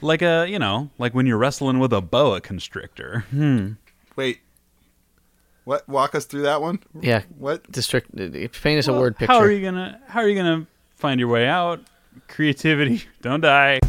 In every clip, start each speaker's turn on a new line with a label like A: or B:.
A: like a you know, like when you're wrestling with a boa constrictor.
B: Wait. What? Walk us through that one.
C: Yeah.
B: What?
C: District. uh, Paint us a
A: Well,
C: word picture.
A: How are you gonna How are you gonna find your way out? Creativity, don't die.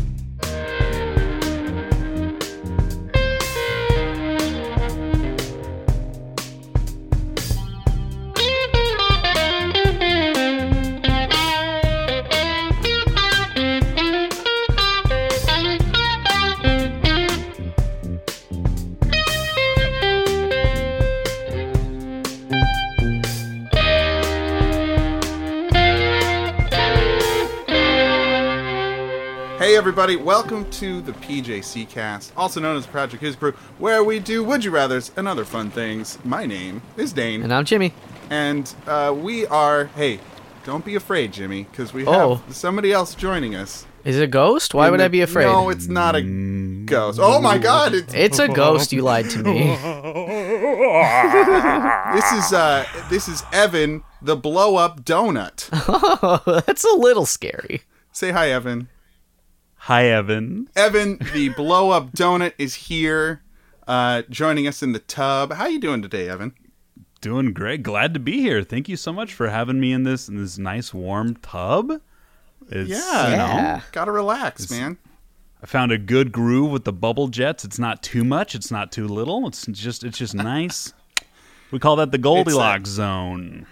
B: Hey everybody, welcome to the PJC Cast, also known as the Project Who's Crew, where we do would you rather's and other fun things. My name is Dane,
C: And I'm Jimmy.
B: and uh, we are. Hey, don't be afraid, Jimmy, because we
C: Oh.
B: have somebody else joining us.
C: Is it a ghost? Why
B: In
C: would
B: the-
C: I be afraid?
B: No, it's not a ghost. Oh my God! It's,
C: It's a ghost. You lied to me.
B: this is uh, this is Evan, the blow up donut.
C: oh, that's a little scary.
B: Say hi, Evan.
A: Hi, Evan.
B: Evan, the blow up donut is here, uh, joining us in the tub. How you doing today, Evan?
A: Doing great. Glad to be here. Thank you so much for having me in this in this nice warm tub. It's,
B: Yeah.
A: you know,
C: Yeah.
B: Gotta relax, man.
A: I found a good groove with the bubble jets. It's not too much. It's not too little. It's just it's just nice. We call that the Goldilocks zone.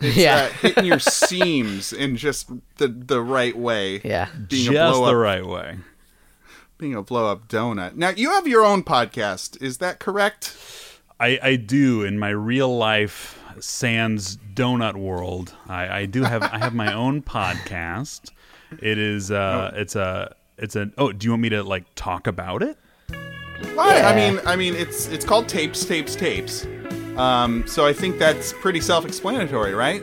B: uh,
C: yeah.
B: hitting your seams in just the the right way.
C: yeah.
B: Being a
A: just
B: blow
A: the
B: up,
A: right way.
B: being a blow up donut. Now you have your own podcast, is that correct?
A: I, I do in my real life sans donut world. I, I do have I have my own podcast. It is uh it's a it's an oh do you want me to like talk about it?
B: Why? I
C: Yeah.
B: mean, I mean, it's it's called tapes, tapes, tapes. Um, so I think that's pretty self-explanatory, right?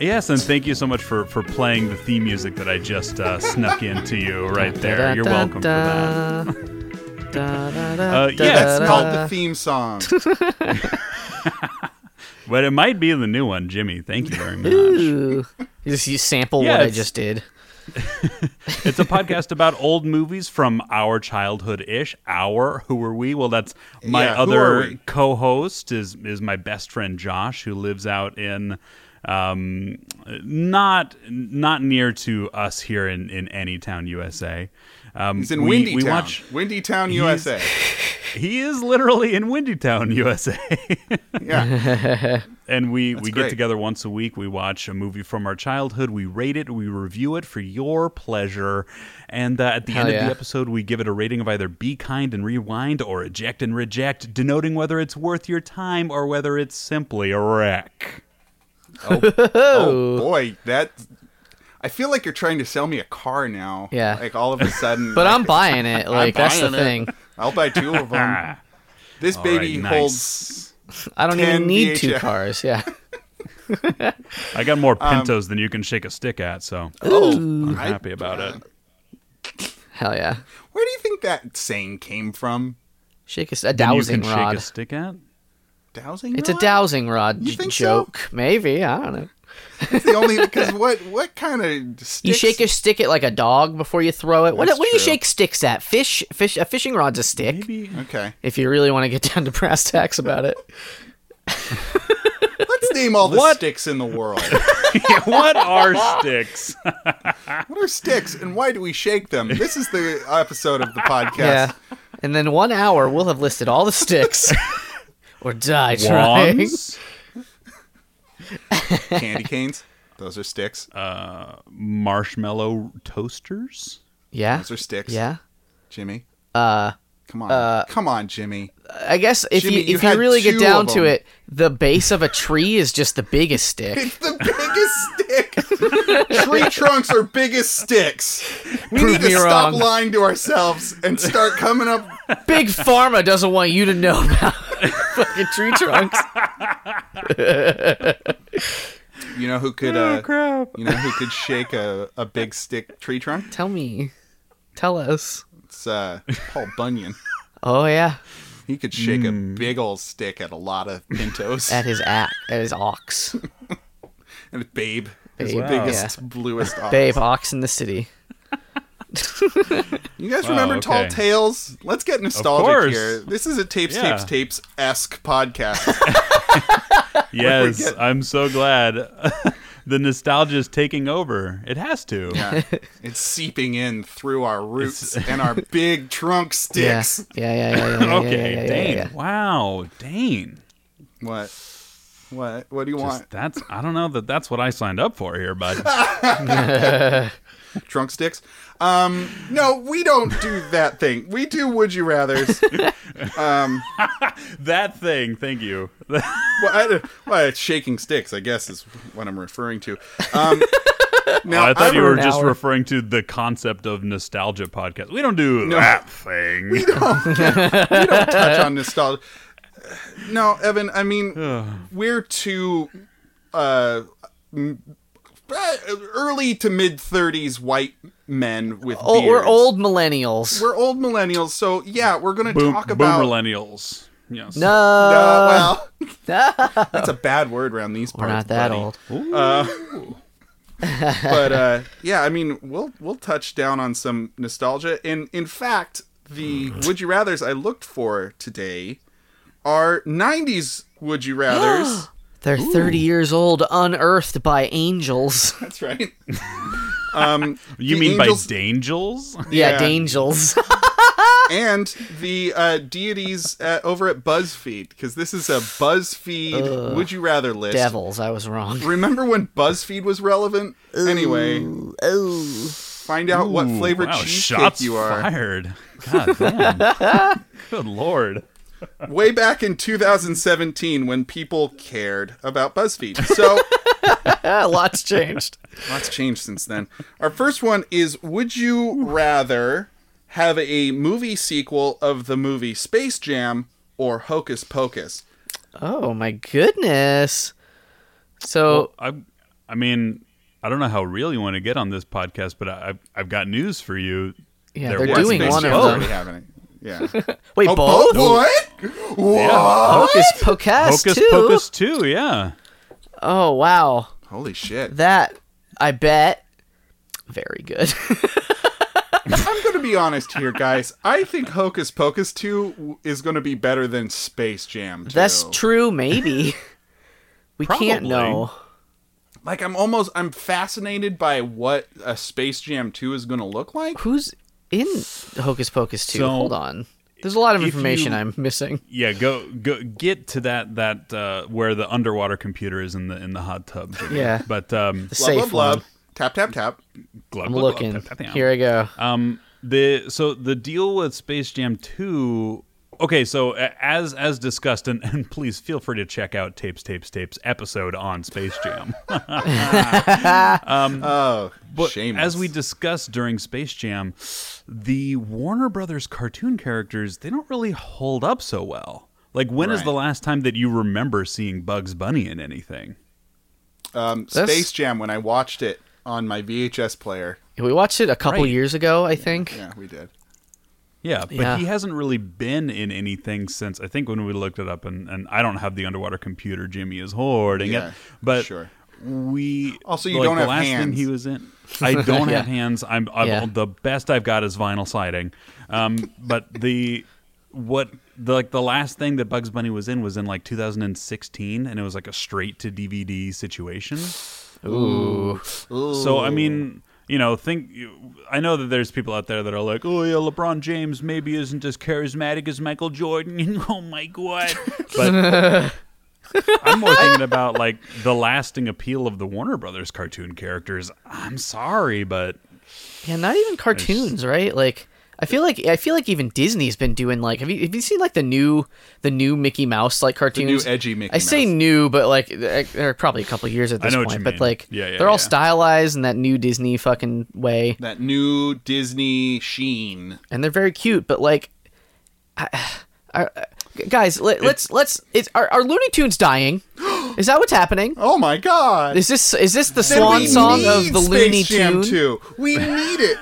A: Yes, and thank you so much for for playing the theme music that I just uh, snuck into you right there. You're welcome for that. Uh, yeah,
B: That's
A: it's
B: called the theme song.
A: But it might be the new one, Jimmy. Thank you very much.
C: Ooh. You just you sample
A: Yeah,
C: what I
A: it's-
C: just did.
A: it's a podcast about old movies from our childhood ish. Our who are we? Well, that's my
B: Yeah, who are
A: other
B: we?
A: co-host is is my best friend Josh, who lives out in um not not near to us here in in Anytown, USA. Um,
B: It's in
A: we-
B: Windy
A: we
B: Town,
A: watch-
B: Windy Town, USA.
A: he is literally in Windy Town, USA.
B: Yeah,
A: and we we
B: great.
A: get together once a week we watch a movie from our childhood we rate it we review it for your pleasure and uh, at the
C: Hell
A: end of
C: yeah.
A: the episode we give it a rating of either be kind and rewind or eject and reject denoting whether it's worth your time or whether it's simply a wreck
B: oh boy, that. I feel like you're trying to sell me a car now.
C: Yeah.
B: Like all of a sudden.
C: But I'm buying it. Like that's the
B: buying it.
C: thing.
B: I'll buy two of them. This
A: right,
B: baby
A: nice.
B: holds.
C: I don't
B: 10
C: even need two
B: VHS.
C: cars. Yeah.
A: i got more
C: Um,
A: pintos than you can shake a stick at so
B: Oh,
A: i'm
B: I-
A: happy about it
C: Hell yeah.
B: Where do you think that saying came from?
C: Shake a, s- a
A: Than you
C: dowsing
A: can
C: rod.
A: shake a stick at
B: Dowsing.
C: It's a
B: rod?
C: dowsing rod
B: You
C: j-
B: think so?
C: joke. Maybe I don't know.
B: It's the only because what what kind of
C: You shake your stick at like a dog before you throw it. What,
B: That's
C: what do you
B: true.
C: shake sticks at? Fish, fish. A fishing rod's a stick.
A: maybe
B: Okay,
C: If you really want to get down to brass tacks about it,
B: let's name all the
A: What?
B: sticks in the world.
A: what are sticks
B: What are sticks and why do we shake them? This is the episode of the podcast.
C: yeah. And then one hour, we'll have listed all the sticks, or die trying.
A: Wands?
B: Candy canes, those are sticks.
A: Uh, marshmallow toasters
C: Yeah.
B: Those are sticks.
C: Yeah.
B: Jimmy. Uh, come on, come on, Jimmy.
C: I guess if
B: Jimmy, you
C: you if you,
B: had
C: really
B: two
C: get
B: of
C: down to
B: them.
C: it, the base of a tree is just the biggest stick.
B: It's the biggest stick. Tree trunks are biggest sticks. We
C: Prove
B: need to
C: me
B: stop
C: wrong.
B: lying to ourselves and start coming up.
C: Big Pharma doesn't want you to know about fucking tree trunks.
B: You know who could?
C: Oh,
A: Oh,
B: Uh, You know who could shake a, a big stick tree trunk?
C: Tell me. Tell us.
B: It's uh, Paul Bunyan.
C: Oh yeah.
B: He could shake
C: Mm.
B: a big old stick at a lot of pintos.
C: At his act at his ox.
B: and Babe, his
C: Babe,
B: biggest, bluest.
C: Babe, ox in the city.
B: You guys remember Tall
A: okay.
B: Tales? Let's get nostalgic
A: course.
B: here. This is a tapes,
A: Yeah.
B: tapes, tapes esque podcast.
A: Yes, I'm so glad. the nostalgia is taking over. It has to.
B: Yeah. it's seeping in through our roots and our big trunk
C: Yeah.
B: sticks.
C: Yeah, yeah, yeah, yeah, yeah.
A: Okay,
C: yeah, yeah, yeah,
A: Dane.
C: yeah.
A: Wow, Dane.
B: What? What? What do you
A: Just-
B: want?
A: that's I don't know that that's what I signed up for here, bud.
B: Trunk sticks? Um, no, we don't do that thing. We do would you rather's.
A: that thing. Thank you.
B: well, I, don't- well, it's shaking sticks, I guess, is what I'm referring to. Um, now,
A: Oh, I thought
B: I'm-
A: you were
C: an
A: just
C: hour.
A: referring to the concept of nostalgia podcast. We don't do that thing.
B: touch on nostalgia. No, Evan. I
A: Oh.
B: mean, we're too uh, m- uh, early to mid thirties white men with
C: Oh, we're
B: beards.
C: old millennials.
B: We're old millennials. So yeah, we're gonna
A: boom,
B: talk
A: boom
B: about.
A: millennials. Yes.
B: Uh,
C: no,
B: well, that's a bad word around these
C: we're
B: parts.
C: not that
B: buddy.
C: old.
B: But uh, yeah, I mean, we'll we'll touch down on some nostalgia. And in fact, the would you rather's I looked for today are '90s would you rather's.
C: They're 30 years old, unearthed by angels.
B: That's right. um,
A: you
B: the
A: mean
B: angels
A: by dangels?
C: Yeah,
B: Yeah.
C: dangels.
B: and the uh, deities uh, over at BuzzFeed because this is a BuzzFeed Would You Rather list.
C: Devils, I was wrong.
B: Remember when BuzzFeed was relevant? Anyway,
C: Oh.
B: find out what
A: Ooh,
B: flavored
A: wow,
B: cheesecake
A: shots
B: you are.
A: fired. God damn. Good lord.
B: Way back in 2017 when people cared about BuzzFeed. So
C: Ah, lots changed.
B: lots changed since then. Our first one is Would you rather have a movie sequel of the movie Space Jam or Hocus Pocus?
C: Oh my goodness.
B: Oh,
C: So
A: I I mean, I don't know how real you want to get on this podcast, but I I've, I've got news for you.
C: Yeah,
A: There
C: they're
A: was
C: doing
A: Space
C: one
A: Jam.
C: of them.
B: Already having it. Yeah.
C: wait,
B: Oh,
C: both?
B: What? Whoa.
C: Hocus Pocus
A: Hocus
C: too.
A: Pocus 2, yeah.
C: Oh wow,
B: Holy shit.
C: that I bet very good.
B: I'm going to be honest here, guys. I think Hocus Pocus 2 w- is going to be better than Space Jam 2.
C: That's true. Maybe we can't
A: Probably.
C: know.
B: Like, I'm almost, I'm fascinated by what a Space Jam 2 is going to look like.
C: Who's in Hocus Pocus two?
A: So,
C: Hold on. There's a lot of
A: if
C: information
A: you-
C: I'm missing.
A: Yeah, go go get to that that uh, where the underwater computer is in the in the hot tub. Jimmy.
C: Yeah.
A: But um
B: Blub,
C: The safe
B: blub, blub.
C: one.
B: Tap, tap, tap.
A: glub,
C: I'm
A: glub, glub,
C: looking.
A: tap, tap, tap.
C: Here I go.
A: Um, the so the deal with Space Jam Two. Okay, so a- as as discussed, and, and please feel free to check out tapes, tapes, tapes episode on Space Jam.
B: Oh,
A: But
B: shameless.
A: as we discussed during Space Jam, the Warner Brothers cartoon characters they don't really hold up so well. Like, when is
B: Right.
A: the last time that you remember seeing Bugs Bunny in anything?
B: um,
C: That's-
B: Space Jam, when I watched it on my VHS player.
C: We watched it a couple
A: Right.
C: years ago, I think.
B: Yeah, we did.
A: Yeah, but
C: Yeah.
A: he hasn't really been in anything since I think when we looked it up, and, and I don't have the underwater computer. Jimmy is hoarding
B: Yeah,
A: it, but
B: sure.
A: we
B: Also, you
A: like,
B: don't
A: the
B: have
A: last thing
B: hands.
A: he was in. I don't
C: Yeah.
A: have hands. I'm, I'm
C: Yeah.
A: the best I've got is vinyl siding, um, but the what the like the last thing that Bugs Bunny was in was in like 2016, and it was like a straight to DVD situation.
C: Ooh.
A: So I mean, you know, think I know that there's people out there that are like, "Oh yeah, LeBron James maybe isn't as charismatic as Michael Jordan." oh my god. But I'm more thinking about like the lasting appeal of the Warner Brothers cartoon characters. I'm sorry, but
C: Yeah, not even cartoons, right? Like I feel like I feel like even Disney's been doing like have you have you seen like the new the new Mickey Mouse like
B: New
C: cartoons?
B: edgy Mickey
C: I say
B: Mouse.
C: new, but like they're they're probably a couple years at this
A: know what
C: point.
A: you
C: but
A: mean.
C: like
A: Yeah, yeah,
C: they're all
A: yeah.
C: stylized in that new Disney fucking way,
B: That new Disney sheen.
C: and they're very cute. But like, I, I, I- guys, let, let's let's it's are, are Looney Tunes dying? Is that what's happening?
B: Oh my god.
C: Is this is this the
B: Then
C: swan
B: we
C: song
B: need
C: of the
B: Space
C: Looney
B: Jam
C: Tune?
B: 2. We need it.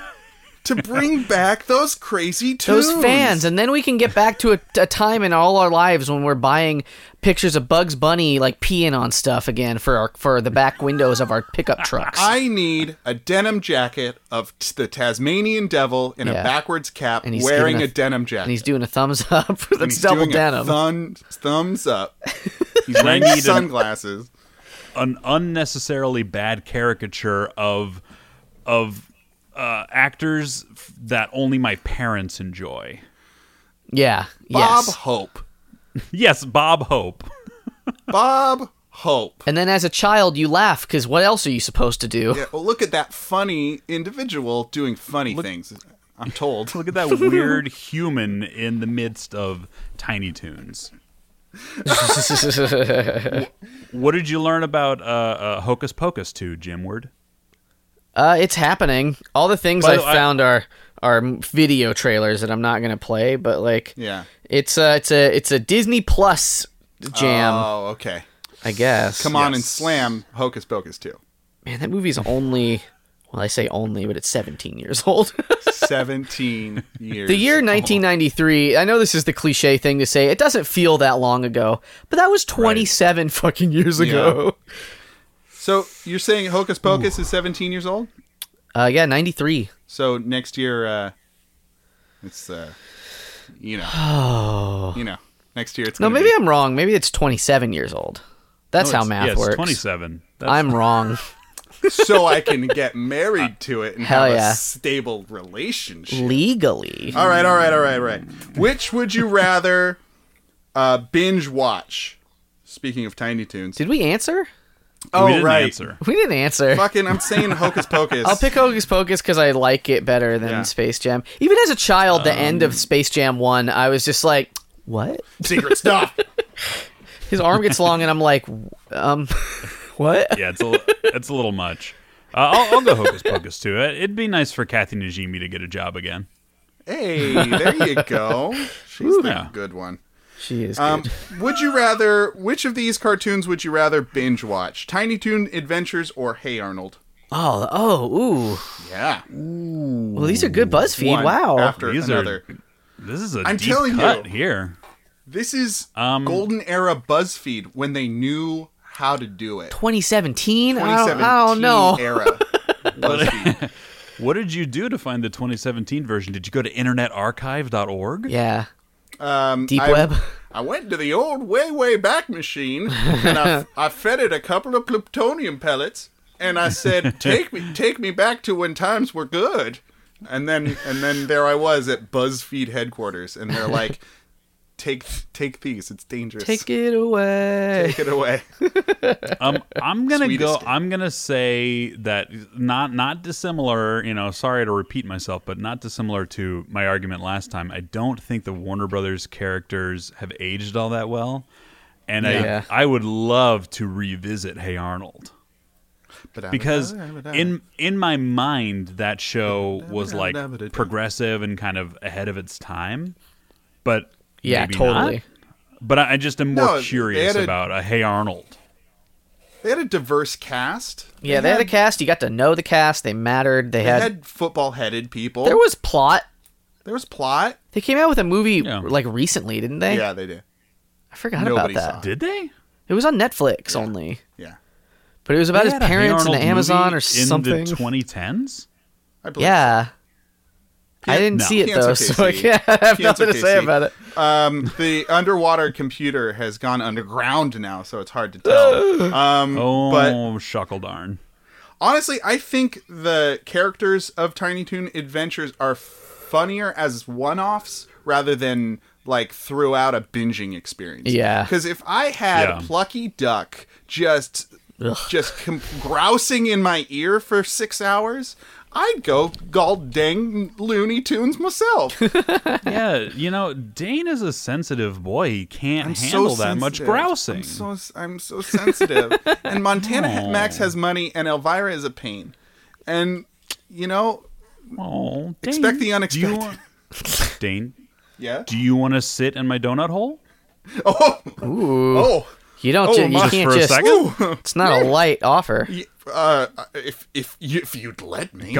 B: to bring back those crazy tunes.
C: Those fans, and then we can get back to a, a time in all our lives when we're buying pictures of Bugs Bunny like peeing on stuff again for our for the back windows of our pickup trucks.
B: I need a denim jacket of t- the Tasmanian devil in
C: Yeah.
B: a backwards cap,
C: he's
B: wearing
C: doing
B: a,
C: a-
B: denim jacket.
C: and he's doing a thumbs up. That's
B: He's
C: double
B: doing a
C: denim.
B: thun- thumbs up. He's wearing
A: need an-
B: sunglasses.
A: an unnecessarily bad caricature of of uh, actors f- that only my parents enjoy.
C: yeah.
B: Bob
C: yes.
B: Hope.
A: Yes, Bob Hope.
B: Bob Hope.
C: And then as a child, you laugh because what else are you supposed to do?
B: Yeah, well, look at that funny individual doing funny things. I'm told.
A: Look at that weird human in the midst of Tiny Toons. What did you learn about uh, uh, Hocus Pocus 2, Jim Ward?
C: uh, it's happening. All the things
A: By
C: I
A: the way, I-
C: found are are video trailers that I'm not gonna play, but like,
B: Yeah.
C: it's a it's a it's a Disney Plus jam,
B: Oh, okay.
C: I guess.
B: Come on
A: Yes.
B: and slam Hocus Pocus too.
C: man, that movie's only. Well, I say only, but it's 17 years old.
B: 17 years.
C: The year 1993, I know this is the cliche thing to say, it doesn't feel that long ago, but that was 27 fucking years ago.
B: So you're saying Hocus Pocus is 17 years old?
C: Uh, yeah, 93.
B: So next year, uh, it's, uh, you know. You know. Next year it's
C: No,
B: gonna
C: maybe
B: be-
C: I'm wrong. Maybe it's 27 years old. That's
A: No,
C: how
A: it's-
C: math
A: yeah, it's
C: works.
A: 27. That's,
C: I'm wrong.
B: so I can get married to it and
C: Hell
B: have
C: yeah.
B: a stable relationship.
C: Legally.
B: All right, all right, all right, all right. Which would you rather uh, binge watch? Speaking of Tiny Toons.
C: Did we answer?
B: oh,
A: we didn't
B: right.
A: answer.
C: We didn't answer.
B: Fucking, I'm saying Hocus Pocus.
C: I'll pick Hocus Pocus because I like it better than
B: Yeah.
C: Space Jam. Even as a child, the end of Space Jam 1, I was just like, what?
B: secret stuff.
C: His arm gets long, and I'm like, um, what?
A: Yeah, it's a, li- it's a little much. Uh, I'll, I'll go Hocus Pocus 2. It- It'd be nice for Kathy Najimy to get a job again.
B: Hey, there you go. She's the
A: Yeah.
B: good one.
C: She is
B: Um,
C: good.
B: would you rather? Which of these cartoons would you rather binge watch? Tiny Toon Adventures or Hey Arnold?
C: Oh, oh, ooh.
B: Yeah.
C: Well, these are good BuzzFeed.
B: One
C: wow.
B: After
A: These are-
B: another.
A: This is a
B: I'm
A: deep
B: telling you.
A: cut here.
B: This is
A: Um,
B: golden era BuzzFeed when they knew how to do it.
C: 2017? I don't-
B: 2017
C: I don't know.
B: era. BuzzFeed.
A: What did you do to find the 2017 version? Did you go to internetarchive.org?
C: Yeah.
B: Um,
C: Deep
B: I-
C: web.
B: I went to the old way way back machine and I, I fed it a couple of plutonium pellets and I said, "Take me, take me back to when times were good." And then and then there I was at BuzzFeed headquarters and they're like, "Take take these. It's dangerous.
C: Take it away.
B: Take it away."
A: Um, I'm gonna
B: Sweet
A: go.
B: escape.
A: I'm gonna say that not not dissimilar. You know, sorry to repeat myself, but not dissimilar to my argument last time. I don't think the Warner Brothers characters have aged all that well, and
C: Yeah.
A: I I would love to revisit Hey Arnold
B: But I-
A: because in in my mind that show was like progressive and kind of ahead of its time, but
C: Yeah,
A: maybe
C: totally.
A: not. But I, I just am more
B: No, they
A: curious
B: had a-
A: about a Hey Arnold.
B: they had a diverse cast.
C: Yeah, they had a cast. You got to know the cast. They mattered.
B: They
C: They had.
B: had football-headed people.
C: There was plot.
B: there was plot.
C: They came out with a movie
A: Yeah.
C: like recently, didn't they?
B: Yeah, they did.
C: I forgot
B: Nobody
C: about that.
B: saw it.
A: Did they?
C: It was on Netflix only,
B: Yeah.
C: but it was about
A: They
C: his
A: had a Hey
C: parents and
A: Arnold
C: Amazon
A: movie
C: or something.
A: In the 2010s?
B: I believe
C: yeah. I didn't
A: no.
C: see it
B: Cancer
C: though, so I
B: KC.
C: can't I have
B: Cancer
C: nothing to say
B: KC.
C: about it.
B: Um, the underwater computer has gone underground now, so it's hard to tell. Um,
A: Oh,
B: But
A: shuckle darn.
B: honestly, I think the characters of Tiny Toon Adventures are funnier as one-offs rather than like throughout a binging experience.
C: Yeah.
B: Because if I had
A: Yeah.
B: Plucky Duck just just com- grousing in my ear for six hours, I'd go gall dang Looney Tunes myself.
A: yeah, you know, Dane is a sensitive boy. He can't
B: I'm
A: handle
B: so
A: that much
B: sensitive.
A: grousing. Oh.
B: I'm so I'm so sensitive. and Montana Max has money, and Elvira is a pain. And you know,
A: oh, Dane,
B: Expect the
A: do you
B: unexpected.
A: want- Dane,
B: yeah.
A: do you want to sit in my donut hole?
B: Oh, oh,
C: You don't.
B: Oh,
C: ju- you
B: my-
C: can't
A: for a
C: just.
A: second?
B: Ooh. uh,
C: It's not a light offer.
B: Y- uh, if if you, if you'd let me,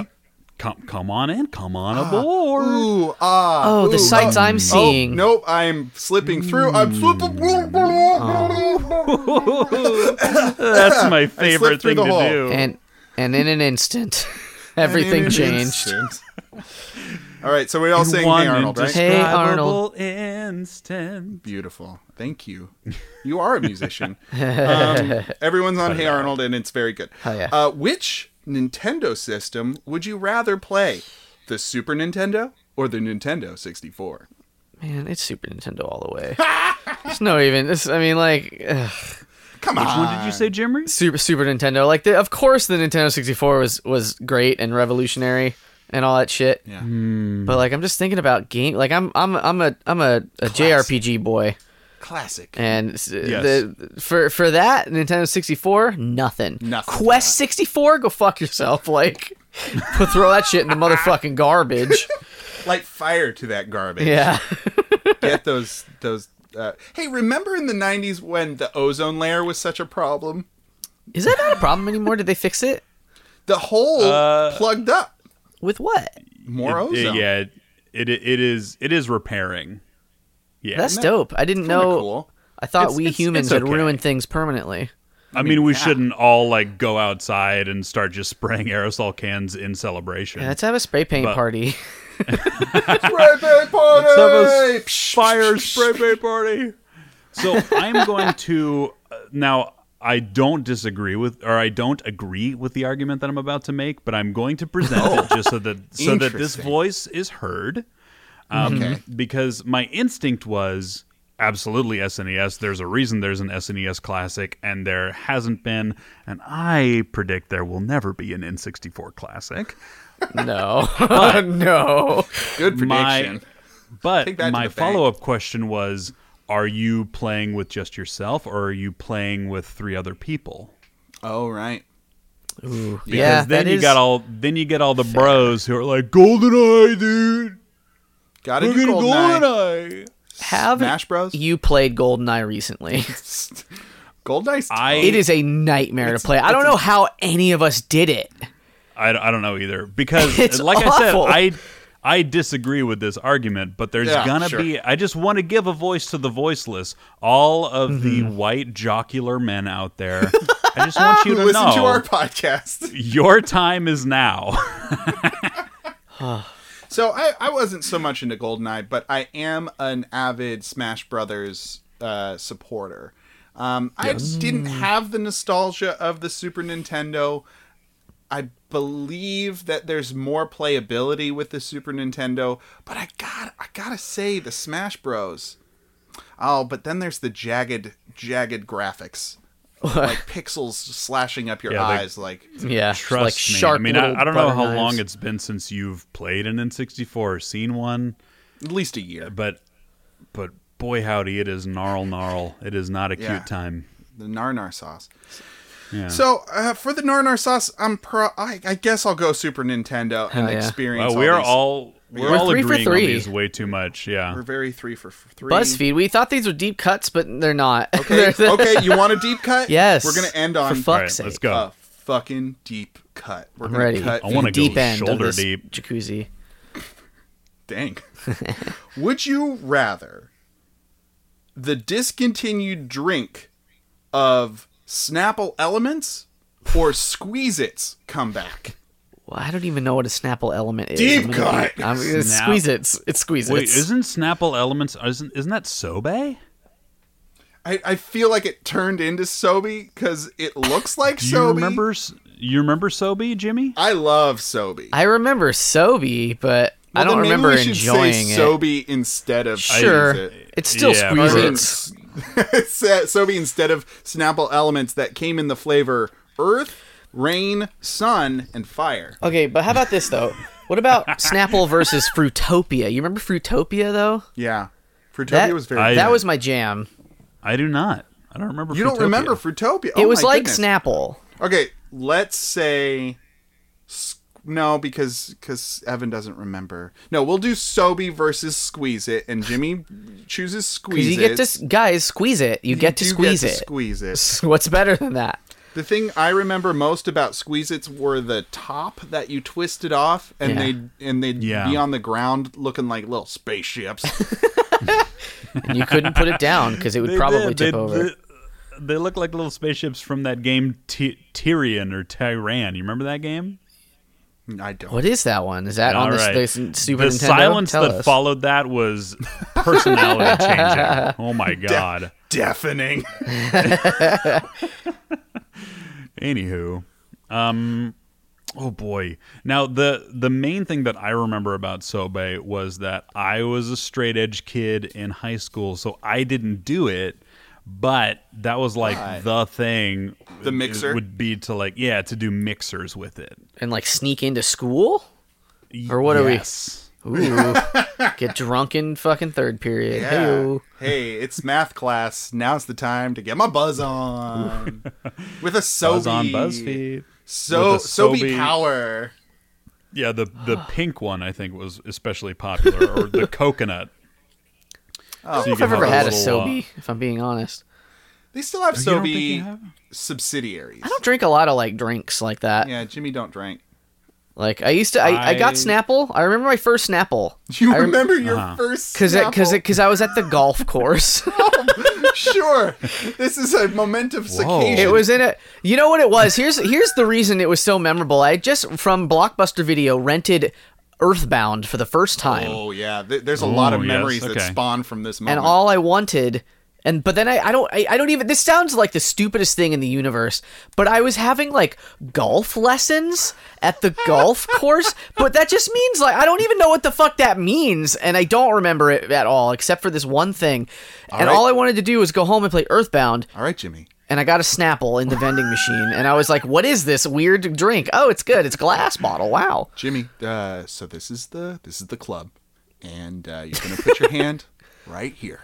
A: come come on in, come on aboard.
B: Ah. Ooh, ah.
C: Oh, the
B: ooh,
C: sights I'm seeing.
B: Oh, nope, I'm slipping through.
A: Hmm.
B: I'm slipping.
C: Oh.
A: That's my favorite thing
B: through the
A: to
B: hole.
A: do.
C: And and in an instant, everything
B: And in an
C: changed.
B: instant. All right, so we're all saying "Hey Arnold," right?
C: Hey, Arnold.
A: indescribable Instant.
B: Beautiful. Thank you. You are a musician. um, everyone's on Hey Arnold, and it's very good.
C: Hiya.
B: Uh, which Nintendo system would you rather play? The Super Nintendo or the Nintendo 64?
C: Man, it's Super Nintendo all the way. There's no even. This, I mean, like ugh,
B: Come on.
A: What did you say, Jimmy?
C: Super Super Nintendo. Like, the, of course, the Nintendo 64 was was great and revolutionary and all that shit.
B: Yeah.
C: But like, I'm just thinking about game. Like, I'm I'm I'm a I'm a, a JRPG boy,
B: Classic.
C: and s the for for that Nintendo 64, nothing.
B: Nothing.
C: Quest 64, go fuck yourself. Like, throw that shit in the motherfucking garbage.
B: Light fire to that garbage.
C: Yeah.
B: Get those those. Uh, hey, remember in the 90s when the ozone layer was such a problem?
C: Is that not a problem anymore? Did they fix it?
B: The hole plugged up.
C: With what?
B: More
A: Uh, It- it-
B: ozone.
A: yeah, it, it it is it is repairing. Yeah,
C: That's
B: that-
C: dope. I didn't
B: Kinda
C: know.
B: cool.
C: I thought
A: It's-
C: we
A: it's-
C: humans
A: it's
C: had
A: okay.
C: ruined things permanently.
A: I mean, we shouldn't all like go outside and start just spraying aerosol cans in celebration.
C: Yeah, let's have a spray paint
A: But-
C: party.
B: Spray paint party!
A: Let's have a s-
B: Psh,
A: fire spray paint party. So I'm going to uh, now. I don't disagree with, or I don't agree with the argument that I'm about to make, but I'm going to present it just so that so that this
B: Interesting.
A: voice is heard. Um,
B: Okay.
A: Because my instinct was absolutely SNES. There's a reason there's an SNES classic, and there hasn't been, and I predict there will never be an N64 classic.
C: No, no.
B: Good prediction.
A: My, but
B: Take that to
A: my
B: the bank.
A: follow up question was Are you playing with just yourself or are you playing with three other people?
B: Oh, right.
C: Ooh,
A: Because
C: yeah,
A: then
C: that
A: you
C: is-
A: got all then you get all the bros who are like GoldenEye, dude.
B: Gotta
A: We're
B: do
A: gonna
B: Goldeneye.
A: GoldenEye.
C: Have
B: Smash Bros.
C: you played GoldenEye recently?
B: Goldeneye's
A: I,
C: it is a nightmare to play. I don't know how any of us did it.
A: I I don't know either because
C: It's
A: like I said
C: awful.
A: I I disagree with this argument, but there's
B: Yeah,
A: gonna
B: sure.
A: be I just want to give a voice to the voiceless, all of the
C: Mm-hmm.
A: white jocular men out there. I just want you
B: who
A: to
B: listen
A: know
B: to our podcast.
A: your time is now.
B: So I, I wasn't so much into Goldeneye, but I am an avid Smash Brothers uh, supporter. Um, I didn't have the nostalgia of the Super Nintendo. I believe that there's more playability with the Super Nintendo, but I got I gotta say the Smash Bros. Oh, but then there's the jagged jagged graphics, like pixels slashing up your
A: Yeah, they-
B: eyes, like
C: Yeah,
A: Trust
C: like
A: me.
C: sharp
A: I mean,
C: little
A: I, I don't know
C: butter
A: how
C: knives.
A: long it's been since you've played an N64 or seen one,
B: at least a year.
A: but but boy howdy, it is gnarl gnarl. It is not a cute
B: Yeah.
A: time.
B: The Narnar sauce.
A: Yeah.
B: So uh, for the Narnar sauce, I'm pro. I, I guess I'll go Super Nintendo and
C: Hell yeah.
B: experience.
A: Well, we are
B: these.
A: all we're,
C: We're
A: all
C: three for
A: agreeing
C: three.
A: on these way too much.
B: We're
A: Yeah.
B: very three for f- three.
C: BuzzFeed. We thought these were deep cuts, but they're not.
B: Okay,
C: They're- they're-
B: okay, you want a deep cut?
C: Yes.
B: We're gonna end on
C: For
A: All
C: fuck-
A: right,
C: Fuck's
A: let's
C: sake.
A: go.
B: a fucking deep cut. We're
C: I'm
B: gonna
C: ready.
B: cut.
A: I wanna go
C: The deep end of
A: shoulder
C: this
A: deep.
C: jacuzzi.
B: Dang. Would you rather the discontinued drink of Snapple Elements or Squeeze It's come back?
C: Well, I don't even know what a Snapple element is.
B: Deep
C: I'm gonna
B: cut.
C: be- I'm gonna
A: Snap-
C: squeeze it. It's- It's squeeze it.
A: Wait, isn't Snapple Elements isn't isn't that sobe?
B: I, I feel like it turned into Sobe because it looks like
A: Do you
B: Sobe.
A: remember s- you remember sobe, Jimmy?
B: I love Sobe.
C: I remember Sobe, but I
B: Well,
C: don't
B: then maybe
C: remember
B: we should
C: enjoying
B: say
C: it.
B: Sobe instead of
C: Sure,
B: Squeeze It.
C: it's still
A: Yeah,
B: I
C: squeeze
B: mean,
C: it.
B: s- Sobe instead of Snapple elements that came in the flavor Earth, Rain, Sun, and Fire.
C: Okay, but how about this though? What about Snapple versus Fruitopia? You remember Fruitopia though?
B: Yeah, Fruitopia
C: That
B: was very.
A: I-
C: that was my jam.
A: I do not. I don't remember.
B: you don't
A: Fruitopia.
B: remember Fruitopia?
C: It
B: Oh
C: was
B: my
C: like
B: goodness.
C: Snapple.
B: Okay, let's say s- no because because Evan doesn't remember. No, we'll do Sobe versus Squeeze It, and Jimmy chooses
C: 'Cause
B: Squeeze
C: you
B: It.
C: get to s- guys squeeze it. You, get to
B: do
C: squeeze
B: get to
C: it.
B: Squeeze It.
C: What's better than that?
B: The thing I remember most about Squeeze-Its were the top that you twisted off, and
C: Yeah.
B: they'd and they'd
A: Yeah.
B: be on the ground looking like little spaceships.
C: And you couldn't put it down because it would probably
A: did.
C: tip
A: They-
C: over.
A: They, they look like little spaceships from that game Ty- Tyrion or Tyran. You remember that game?
B: I don't.
C: what is that one? Is that on
A: All
C: this,
A: right.
C: this Super
A: the
C: Nintendo?
A: silence
C: Tell
A: that
C: us.
A: followed that was personality changing. Oh my god.
B: Deafening.
A: Anywho, um, oh boy. Now the the main thing that I remember about Sobe was that I was a straight edge kid in high school, so I didn't do it. But that was like
B: Right.
A: the thing.
B: The
A: It
B: mixer?
A: would be to like yeah to do mixers with it.
C: and like sneak into school? Or what are we-
A: are
C: Ooh. get drunk in fucking third period.
B: Yeah.
C: Heyo.
B: Hey, it's math class. Now's the time to get my buzz on with a Sobe.
A: we? Buzz on BuzzFeed.
B: So
A: With a Sobe.
B: Sobe power.
A: Yeah, the the pink one I think was especially popular, or the coconut.
C: I don't know
A: you
C: if I've
A: can
C: ever
A: have
C: had
A: a
C: a
A: little, uh,
C: Sobe, if I'm being honest.
B: They still have
A: You don't think you
B: Sobe
A: have-
B: subsidiaries.
C: I don't drink a lot of like drinks like that.
B: Yeah, Jimmy don't drink.
C: Like I used to, I, I,
A: I-
C: got Snapple. I remember my first Snapple
B: You remember your first?
C: because because
B: Snapple?
C: because I was at the golf course.
B: sure. This is a momentous
A: Whoa.
B: occasion.
C: it was in a. You know what it was? Here's here's the reason it was so memorable. I had just from Blockbuster Video rented Earthbound for the first time.
B: Oh yeah, Th- there's a lot of
A: yes,
B: memories that
A: okay.
B: spawn from this moment.
C: and all I wanted. And but then I, I don't I, I don't even this sounds like the stupidest thing in the universe but I was having like golf lessons at the golf course but that just means like I don't even know what the fuck that means and I don't remember it at all except for this one thing
B: right.
C: and all I wanted to do was go home and play Earthbound
B: all right, Jimmy.
C: and I got a Snapple in the vending machine and I was like what is this weird drink oh it's good it's glass bottle wow
B: Jimmy, uh, so this is the this is the club, and uh, you're gonna put your hand right here,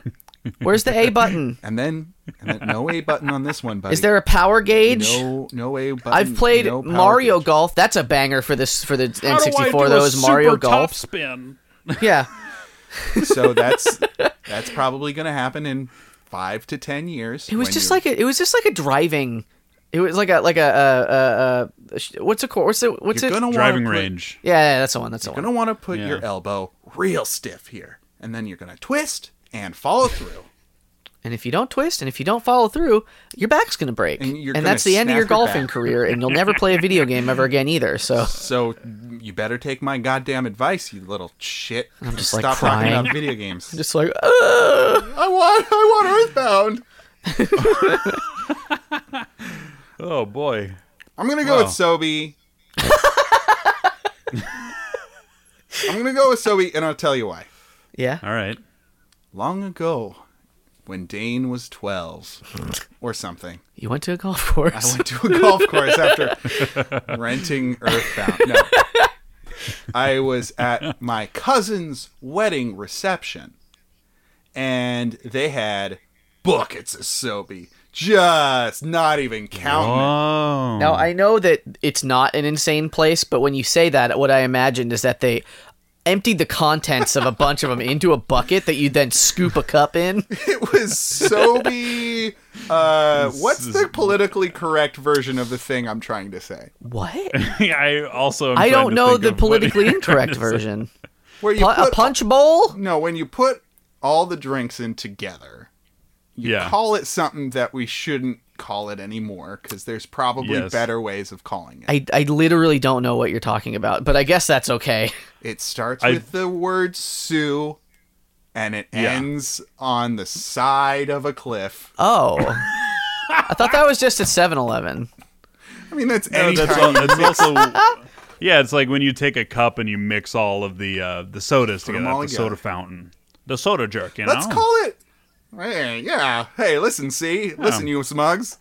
C: where's the A button
B: and then, and then no A button on this one, buddy.
C: is there a power gauge
B: no no A button?
C: I've played
B: no power
C: Mario
B: gauge.
C: Golf. That's a banger for this for the
A: How do I
C: N64.
A: do a
C: Though is Mario
A: super top
C: Golf.
A: spin?
C: Yeah,
B: So that's that's probably gonna happen in five to ten years.
C: it was just like a, it was just like a driving. It was like a like a, a, a, a sh- what's a what's it what's
B: you're
C: it?
B: gonna wanna
A: Driving
B: put-
A: range.
C: Yeah, yeah, that's the one. That's the
B: You're
C: one.
B: gonna want to put your
A: Yeah.
B: elbow real stiff here, and then you're gonna twist and follow through.
C: And if you don't twist, and if you don't follow through, your back's gonna break,
B: And you're gonna
C: that's the end of
B: snap
C: your
B: your
C: golfing
B: back.
C: career, and you'll never play a video game ever again either. So
B: So you better take my goddamn advice, you little shit. I'm
C: just,
B: Stop
C: like,
B: talking
C: crying.
B: about video games.
C: just like, "Ugh."
B: I want I want Earthbound.
A: Oh boy.
B: I'm gonna go with
A: Wow.
B: Sobe. I'm gonna go with Sobe, and I'll tell you why.
C: yeah,
A: All right.
B: Long ago, when Dane was 12 or something,
C: you went to a golf
B: I
C: course.
B: went to a golf course after renting Earthbound. No, I was at my cousin's wedding reception, and they had buckets of Sobe. Just not even counting. it.
A: Oh.
C: Now I know that it's not an insane place, but when you say that, what I imagined is that they emptied the contents of a bunch of them into a bucket that you then scoop a cup in.
B: It was Sobe. Uh, what's
A: is-
B: the politically correct version of the thing I'm trying to say?
C: What?
A: I also. am
C: I
A: trying
C: don't
A: to
C: know
A: think
C: the
A: of what-
C: politically incorrect version.
B: Where you
C: Pu- a
B: put
C: punch bowl?
B: no, when you put all the drinks in together, you
A: Yeah.
B: call it something that we shouldn't call it anymore because there's probably
A: Yes.
B: better ways of calling it.
C: I, I literally don't know what you're talking about, but I guess that's okay.
B: it starts
A: I-
B: with the word Sue, and it
A: Yeah.
B: ends on the side of a cliff.
C: Oh. I thought that was just at 7-Eleven.
B: I mean, that's
A: No,
B: any
A: that's,
B: time
A: all, that's also. Yeah, it's like when you take a cup and you mix all of the uh, the sodas
B: them
A: together at
B: all
A: the
B: together.
A: soda fountain, the soda jerk. You
B: Let's
A: know.
B: call it. Hey, yeah. Hey, listen, see, listen, you smugs.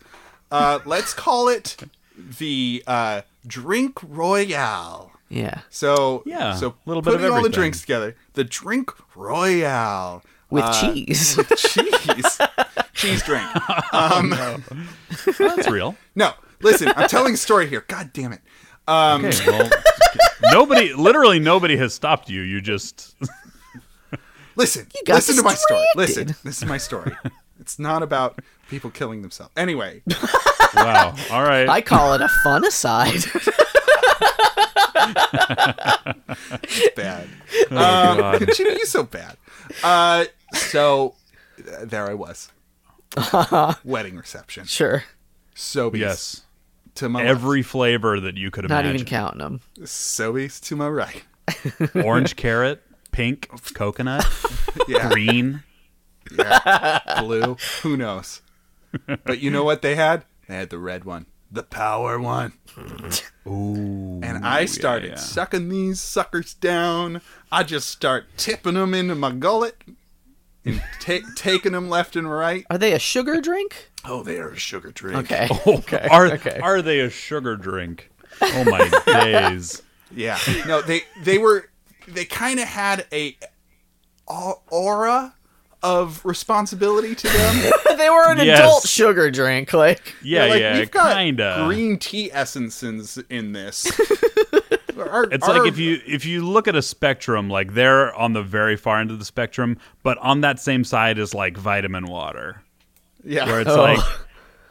B: Uh, let's call it the uh, drink royale.
C: Yeah.
B: So
A: Yeah,
B: so
A: little bit
B: putting
A: of
B: all the
A: everything.
B: drinks together. The drink royale.
C: With
A: Uh,
C: cheese.
B: Cheese, cheese drink. Um, no.
A: that's real.
B: listen, I'm telling a story here. God damn it.
C: Um,
A: Okay. Well, nobody, literally nobody has stopped you. You just.
B: Listen,
C: got
B: listen to my story. Listen,
C: distracted.
B: this is my story. It's not about people killing themselves. Anyway,
A: wow. All right.
C: I call it a fun aside.
B: bad.
A: oh, God.
B: Jimmy, you so bad. Uh, so uh, there I was. Wedding reception.
C: sure.
B: Sobeys
A: Yes.
B: to my
A: Every flavor that you could
C: Not
A: imagine.
C: even counting them.
B: left. Sobeys to my right.
A: Orange carrot, pink, coconut,
B: Yeah.
A: green.
B: blue. Who knows? But you know what they had? They had the red one, the power one.
A: Ooh.
B: And I started
A: yeah.
B: sucking these suckers down. I just start tipping them into my gullet and ta- taking them left and right.
C: Are they a sugar drink?
B: Oh, they are a sugar drink.
C: Okay.
A: Oh, okay. Are
C: okay.
A: are they a sugar drink? Oh my days.
B: Yeah. No, they they were they kind of had a au- aura of responsibility to them.
C: they were an
A: Yes.
C: adult sugar drink. Like,
A: Yeah,
B: They're like,
A: yeah,
B: You've got
A: kinda.
B: green tea essences in this. Our-
A: It's
B: our-
A: like if you if you look at a spectrum, like they're on the very far end of the spectrum, but on that same side is like vitamin water,
B: yeah.
A: where it's
C: Oh.
A: like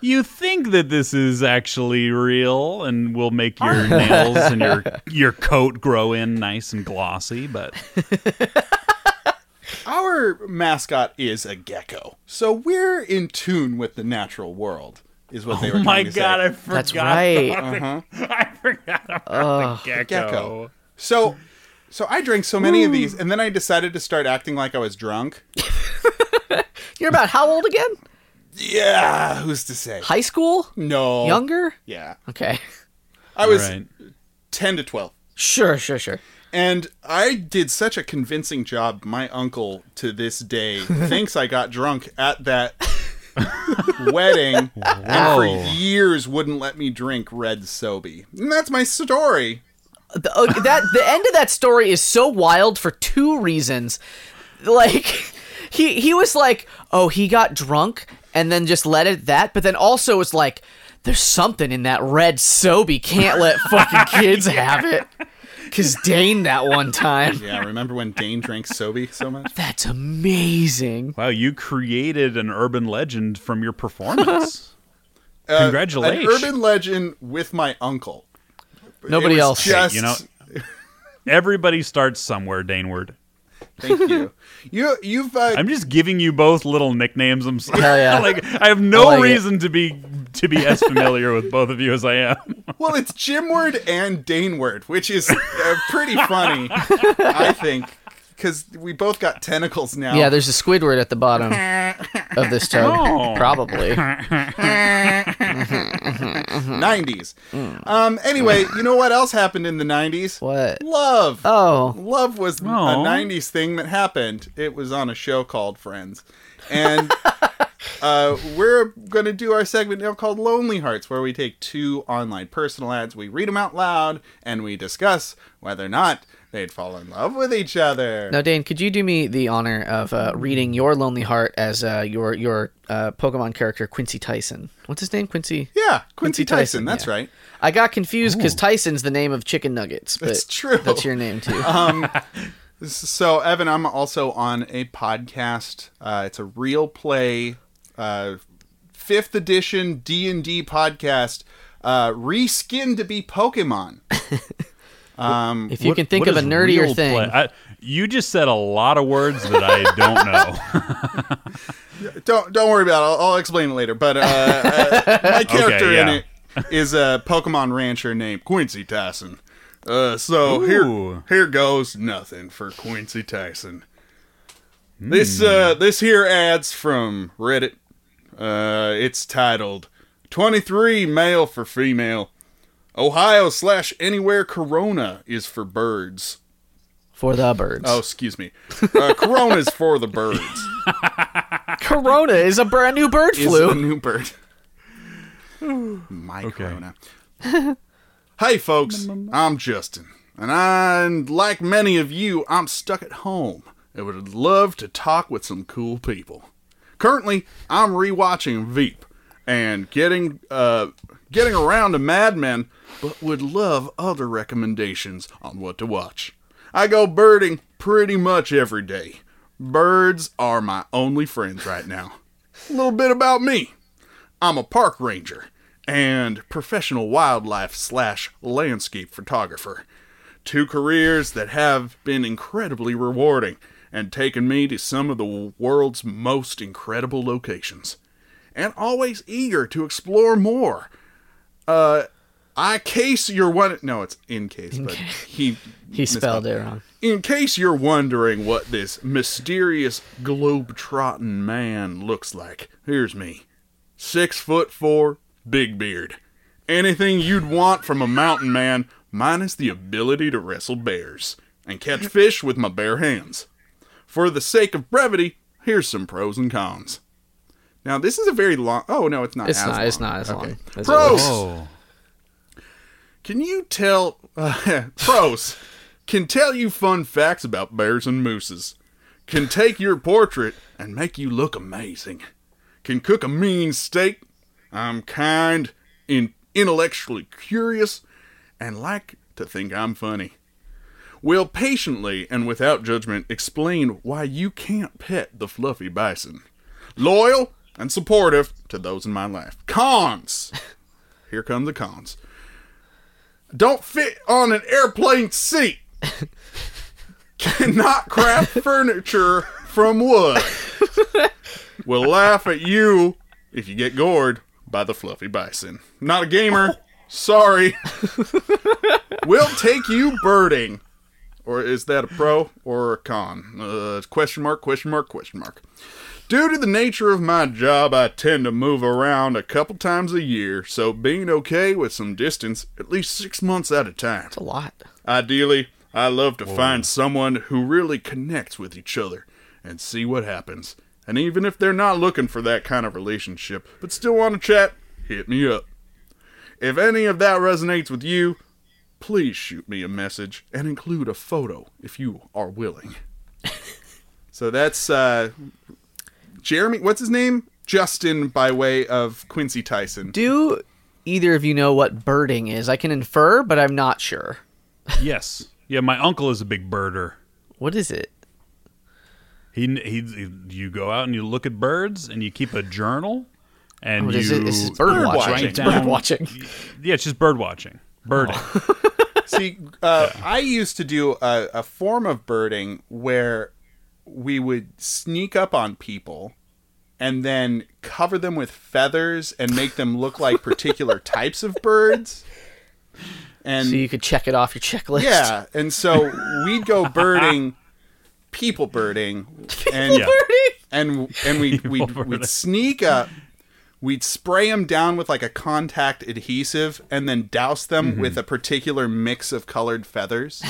A: you think that this is actually real and will make your nails and your your coat grow in nice and glossy, but
B: our mascot is a gecko, so we're in tune with the natural world. Is what they were.
A: Oh my
B: trying to
A: god,
B: say.
A: I forgot.
C: that's right.
A: I forgot about the gecko.
B: gecko. So, so I drank so many of these, and then I decided to start acting like I was drunk.
C: You're about how old again?
B: Yeah, who's to say?
C: High school?
B: No,
C: Younger?
B: Yeah,
C: Okay.
B: I was
A: Right.
B: ten to twelve,
C: Sure, sure, sure.
B: and I did such a convincing job. My uncle to this day thinks I got drunk at that wedding, and for
A: Whoa.
B: years wouldn't let me drink red sobe. And that's my story.
C: The, oh, that the end of that story is so wild for two reasons. Like he he was like, "Oh, he got drunk and then just let it that." But then also it's like there's something in that red Sobe. Can't let fucking kids have it. Cuz Dane that one time.
B: Yeah, remember when Dane drank Sobe so much?
C: That's amazing.
A: Wow, you created an urban legend from your performance.
B: Uh,
A: Congratulations.
B: An urban legend with my uncle.
C: Nobody
B: was
C: else.
B: Just,
A: You know, everybody starts somewhere, Daneward.
B: thank you. You you've uh,
A: I'm just giving you both little nicknames. I'm sorry.
C: Hell yeah.
A: like I have no
C: I like it.
A: reason to be to be as familiar with both of you as I am.
B: well, it's Jimward and Daneward, which is uh, pretty funny, I think, because we both got tentacles now.
C: Yeah, there's a Squidward at the bottom of this tub.
A: Oh.
C: Probably.
B: 90s. Um. Anyway, you know what else happened in the 90s?
C: What?
B: Love.
C: Oh.
B: Love was
A: Aw.
B: a 90s thing that happened. It was on a show called Friends. And uh, we're going to do our segment now called Lonely Hearts, where we take two online personal ads, we read them out loud, and we discuss whether or not they'd fall in love with each other.
C: Now, Dane, could you do me the honor of uh, reading your lonely heart as uh, your your uh, Pokemon character Quincy Tyson? What's his name? Quincy.
B: Yeah, Quincy,
C: Quincy
B: Tyson,
C: Tyson,
B: that's
C: yeah.
B: right.
C: I got confused because Tyson's the name of chicken nuggets. But
B: It's true.
C: That's your name too.
B: So, Evan, I'm also on a podcast. Uh, it's a real play, uh, fifth edition D and D podcast, uh, reskinned to be Pokemon.
C: if you
A: What-
C: can think
A: what
C: of a
A: is
C: nerdier
A: real
C: thing,
A: play- I- you just said a lot of words that I don't know.
B: Don't don't worry about it. I'll, I'll explain it later. But uh, uh, my character
A: yeah.
B: in it is a Pokemon rancher named Quincy Tyson. Uh, so
A: Ooh.
B: here here goes nothing for Quincy Tyson. This uh,
A: Hmm.
B: this here ad's from Reddit. Uh, it's titled "23 Male for Female." Ohio slash anywhere Corona is for birds.
C: for the birds,
B: Oh, excuse me. Uh, Corona is for the birds.
C: Corona is a brand new bird
B: is
C: flu.
B: a new bird. My
A: Okay.
B: corona. hey, folks, I'm Justin, and I, and like many of you, I'm stuck at home and would love to talk with some cool people. Currently, I'm rewatching Veep and getting uh, getting around to Mad Men, but would love other recommendations on what to watch. I go birding pretty much every day. Birds are my only friends right now. A little bit about me. I'm a park ranger and professional wildlife slash landscape photographer. Two careers that have been incredibly rewarding and taken me to some of the world's most incredible locations. And always eager to explore more. Uh, I case you're one. No, it's in case, but he
C: He spelled it wrong.
B: in case you're wondering what this mysterious globe-trotting man looks like, here's me. Six foot four, big beard. Anything you'd want from a mountain man, minus the ability to wrestle bears and catch fish with my bare hands. For the sake of brevity, here's some pros and cons. Now, this is a very long. Oh, no, it's not
C: It's
B: as
C: not.
B: long.
C: It's not as
B: Okay.
C: long. As it
B: Pros!
C: looks.
A: Oh,
B: Can you tell uh, pros? Can tell you fun facts about bears and mooses. Can take your portrait and make you look amazing. Can cook a mean steak. I'm kind, in intellectually curious, and like to think I'm funny. Will patiently and without judgment explain why you can't pet the fluffy bison. Loyal and supportive to those in my life. Cons. Here come the cons don't fit on an airplane seat. Cannot craft furniture from wood. Will laugh at you if you get gored by the fluffy bison. Not a gamer. Sorry. Will take you birding. Or is that a pro or a con? Uh, question mark, question mark, question mark. Due to the nature of my job, I tend to move around a couple times a year, so being okay with some distance at least six months at a time.
C: It's a lot.
B: Ideally, I love to find someone who really connects with each other and see what happens. And even if they're not looking for that kind of relationship, but still want to chat, hit me up. If any of that resonates with you, please shoot me a message and include a photo if you are willing. so that's uh, Jeremy. What's his name? Justin, by way of Quincy Tyson.
C: Do either of you know what birding is? I can infer, but I'm not sure.
A: yes. Yeah, my uncle is a big birder.
C: What is it?
A: He, he, he- you go out and you look at birds and you keep a journal and
C: What
A: you
C: is it? Oh, This is bird,
B: bird
C: watching.
B: watching.
A: write
C: It's
A: down-
C: bird watching. Oh.
A: Yeah, it's just bird watching. Birding.
B: See, uh, I used to do a, a form of birding where we would sneak up on people and then cover them with feathers and make them look like particular types of birds. And
C: So you could check it off your checklist.
B: yeah, and so we'd go birding, people birding, and
A: Yeah.
B: and and we we
A: birding.
B: we'd sneak up. We'd spray them down with like a contact adhesive, and then douse them with a particular mix of colored feathers.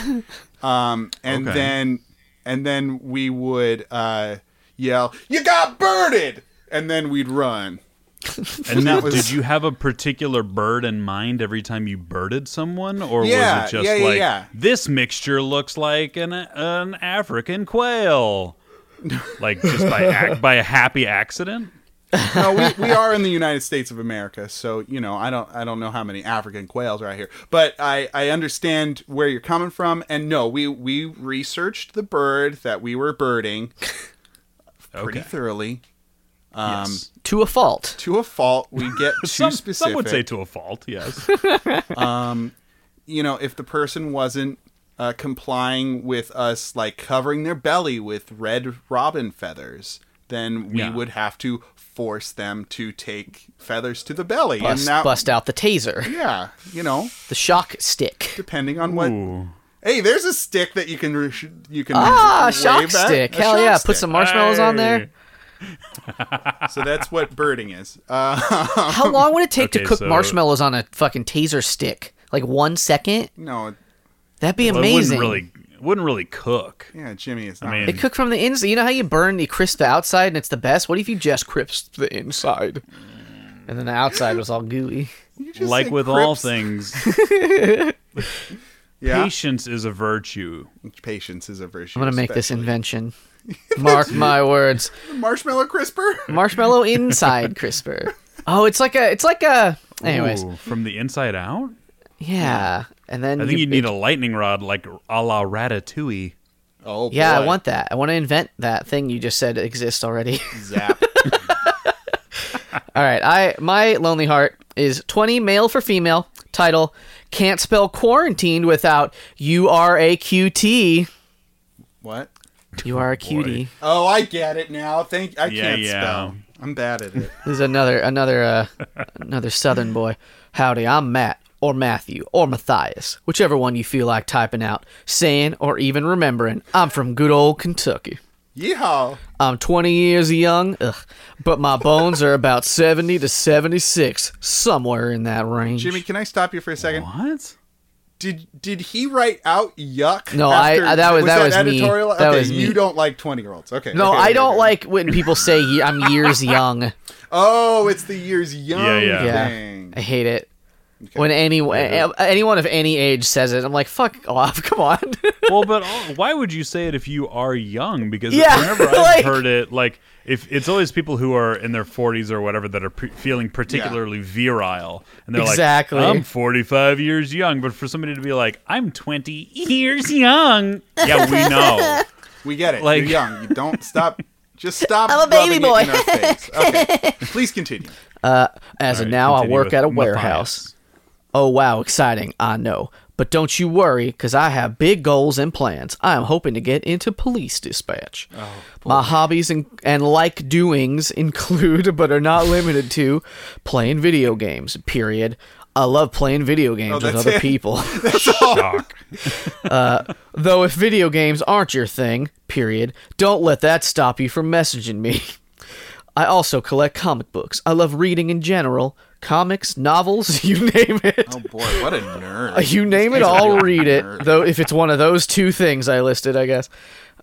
B: Um, and
A: Okay.
B: then and then we would uh, yell, "You got birded!" And then we'd run.
A: And now,
B: was-
A: did you have a particular bird in mind every time you birded someone, or
B: Yeah,
A: was it just
B: yeah, yeah,
A: like
B: yeah.
A: this mixture looks like an an African quail, like just by ac- by a happy accident?
B: no, we, we are in the United States of America, so you know I don't I don't know how many African quails are out here, but I I understand where you're coming from, and no, we we researched the bird that we were birding pretty
A: Okay.
B: thoroughly. Um,
A: yes.
C: To a fault.
B: To a fault, we get too
A: Some,
B: specific.
A: some would say to a fault. Yes.
B: you know, if the person wasn't uh, complying with us, like covering their belly with red robin feathers, then we
A: Yeah.
B: would have to force them to take feathers to the belly,
C: Bust,
B: and that
C: bust out the taser,
B: yeah, you know.
C: the shock stick.
B: depending on what.
A: Ooh.
B: Hey, there's a stick that you can re- sh- you can
C: Ah,
B: wave
C: shock
B: at.
C: stick.
B: A
C: Hell
B: shock
C: yeah.
B: stick.
C: Put some marshmallows on
A: Hey.
C: there.
B: So that's what birding is. Uh,
C: How long would it take to
A: Okay,
C: cook
A: so-
C: marshmallows on a fucking taser stick? Like one second?
B: no,
C: That'd be
A: Well, it
C: amazing.
A: wouldn't really it wouldn't really cook.
B: yeah, Jimmy is not.
A: mean-
C: They cook from the inside. You know how you burn, you crisp the outside, and it's the best. What if you just crisp the inside, and then the outside was all gooey?
B: You just
A: Like
B: say
A: with all
B: crips.
A: things,
B: yeah.
A: patience is a virtue.
B: patience is a virtue.
C: I'm gonna make this
B: especially.
C: invention. Mark my words.
B: marshmallow crisper.
C: Marshmallow inside crisper. Oh, it's like a, it's like a. Anyways,
A: Ooh, from the inside out.
C: yeah, and then
A: I think
C: you,
A: you, would need a lightning rod like a la Ratatouille.
B: Oh
C: Yeah, I
B: boy.
C: want that. I want to invent that thing you just said exists already.
B: zap.
C: All right, I my lonely heart is 20 male for female. Title: Can't spell quarantined without U R A Q T.
B: What?
C: You are a cutie.
B: Oh, I get it now. Thank. I
A: Yeah,
B: can't
A: yeah.
B: spell. I'm bad at it.
C: This is another another uh, another Southern boy. Howdy, I'm Matt or Matthew or Matthias, whichever one you feel like typing out, saying or even remembering. I'm from good old Kentucky.
B: Yeehaw!
C: I'm 20 years young, ugh, but my bones are about 70 to 76, somewhere in that range.
B: Jimmy, can I stop you for a second?
A: What?
B: Did did he write out yuck?
C: No, I-
B: after-
C: I- that was- that was me.
B: editorial.
C: That
B: okay,
C: was me.
B: you don't like twenty year olds. Okay.
C: no,
B: okay,
C: I
B: okay,
C: don't
B: okay.
C: like when people say ye- I'm years young.
B: Oh, it's the years young
A: Yeah, yeah.
C: Yeah,
B: thing.
C: I hate it. When any anyone of any age says it, I'm like, fuck off, come on.
A: well, but all- why would you say it if you are young? Because
C: Yeah,
A: whenever I've
C: like-
A: heard it, like if it's always people who are in their 40s or whatever that are p feeling particularly virile, and they're
C: Exactly.
A: like, "I'm 45 years young," but for somebody to be like, "I'm 20 years young," yeah, we know.
B: We get it.
A: Like-
B: You're young. You don't stop. Just stop.
C: I'm a baby
B: rubbing it in our face. Okay. Please continue.
C: As of
A: All right,
C: now, I
A: continue
C: work
A: with
C: at a
A: Matthias.
C: warehouse. Oh, wow, exciting, I know. But don't you worry, because I have big goals and plans. I am hoping to get into police dispatch.
A: Oh,
C: My hobbies and, and like doings include, but are not limited to, playing video games, period. I love playing video
A: Oh,
C: games with
B: that's
C: other
B: it.
C: people.
A: Shock.
C: Though if video games aren't your thing, period, don't let that stop you from messaging me. I also collect comic books. I love reading in general comics, novels, you name it. Uh,
B: Oh boy, what a nerd.
C: You name it, I'll read it. Though if it's one of those two things I listed, I guess.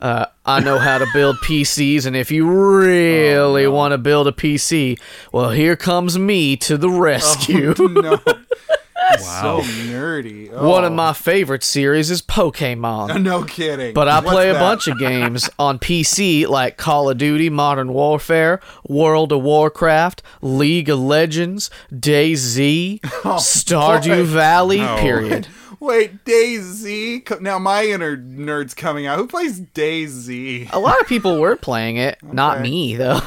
C: Uh, I know how to build PCs, and if you really want to build a PC, well, here comes me to the rescue.
B: no.
A: Wow.
B: So nerdy. Oh.
C: One of my favorite series is Pokemon,
B: No kidding.
C: but I
B: What's
C: play a
B: that?
C: bunch of games on PC like Call of Duty, Modern Warfare, World of Warcraft, League of Legends, DayZ, Stardew
B: Oh, boy.
C: Valley. Period.
B: Wait, Daisy. Co- Now my inner nerd's coming out. Who plays Daisy?
C: A lot of people were playing it, not me though.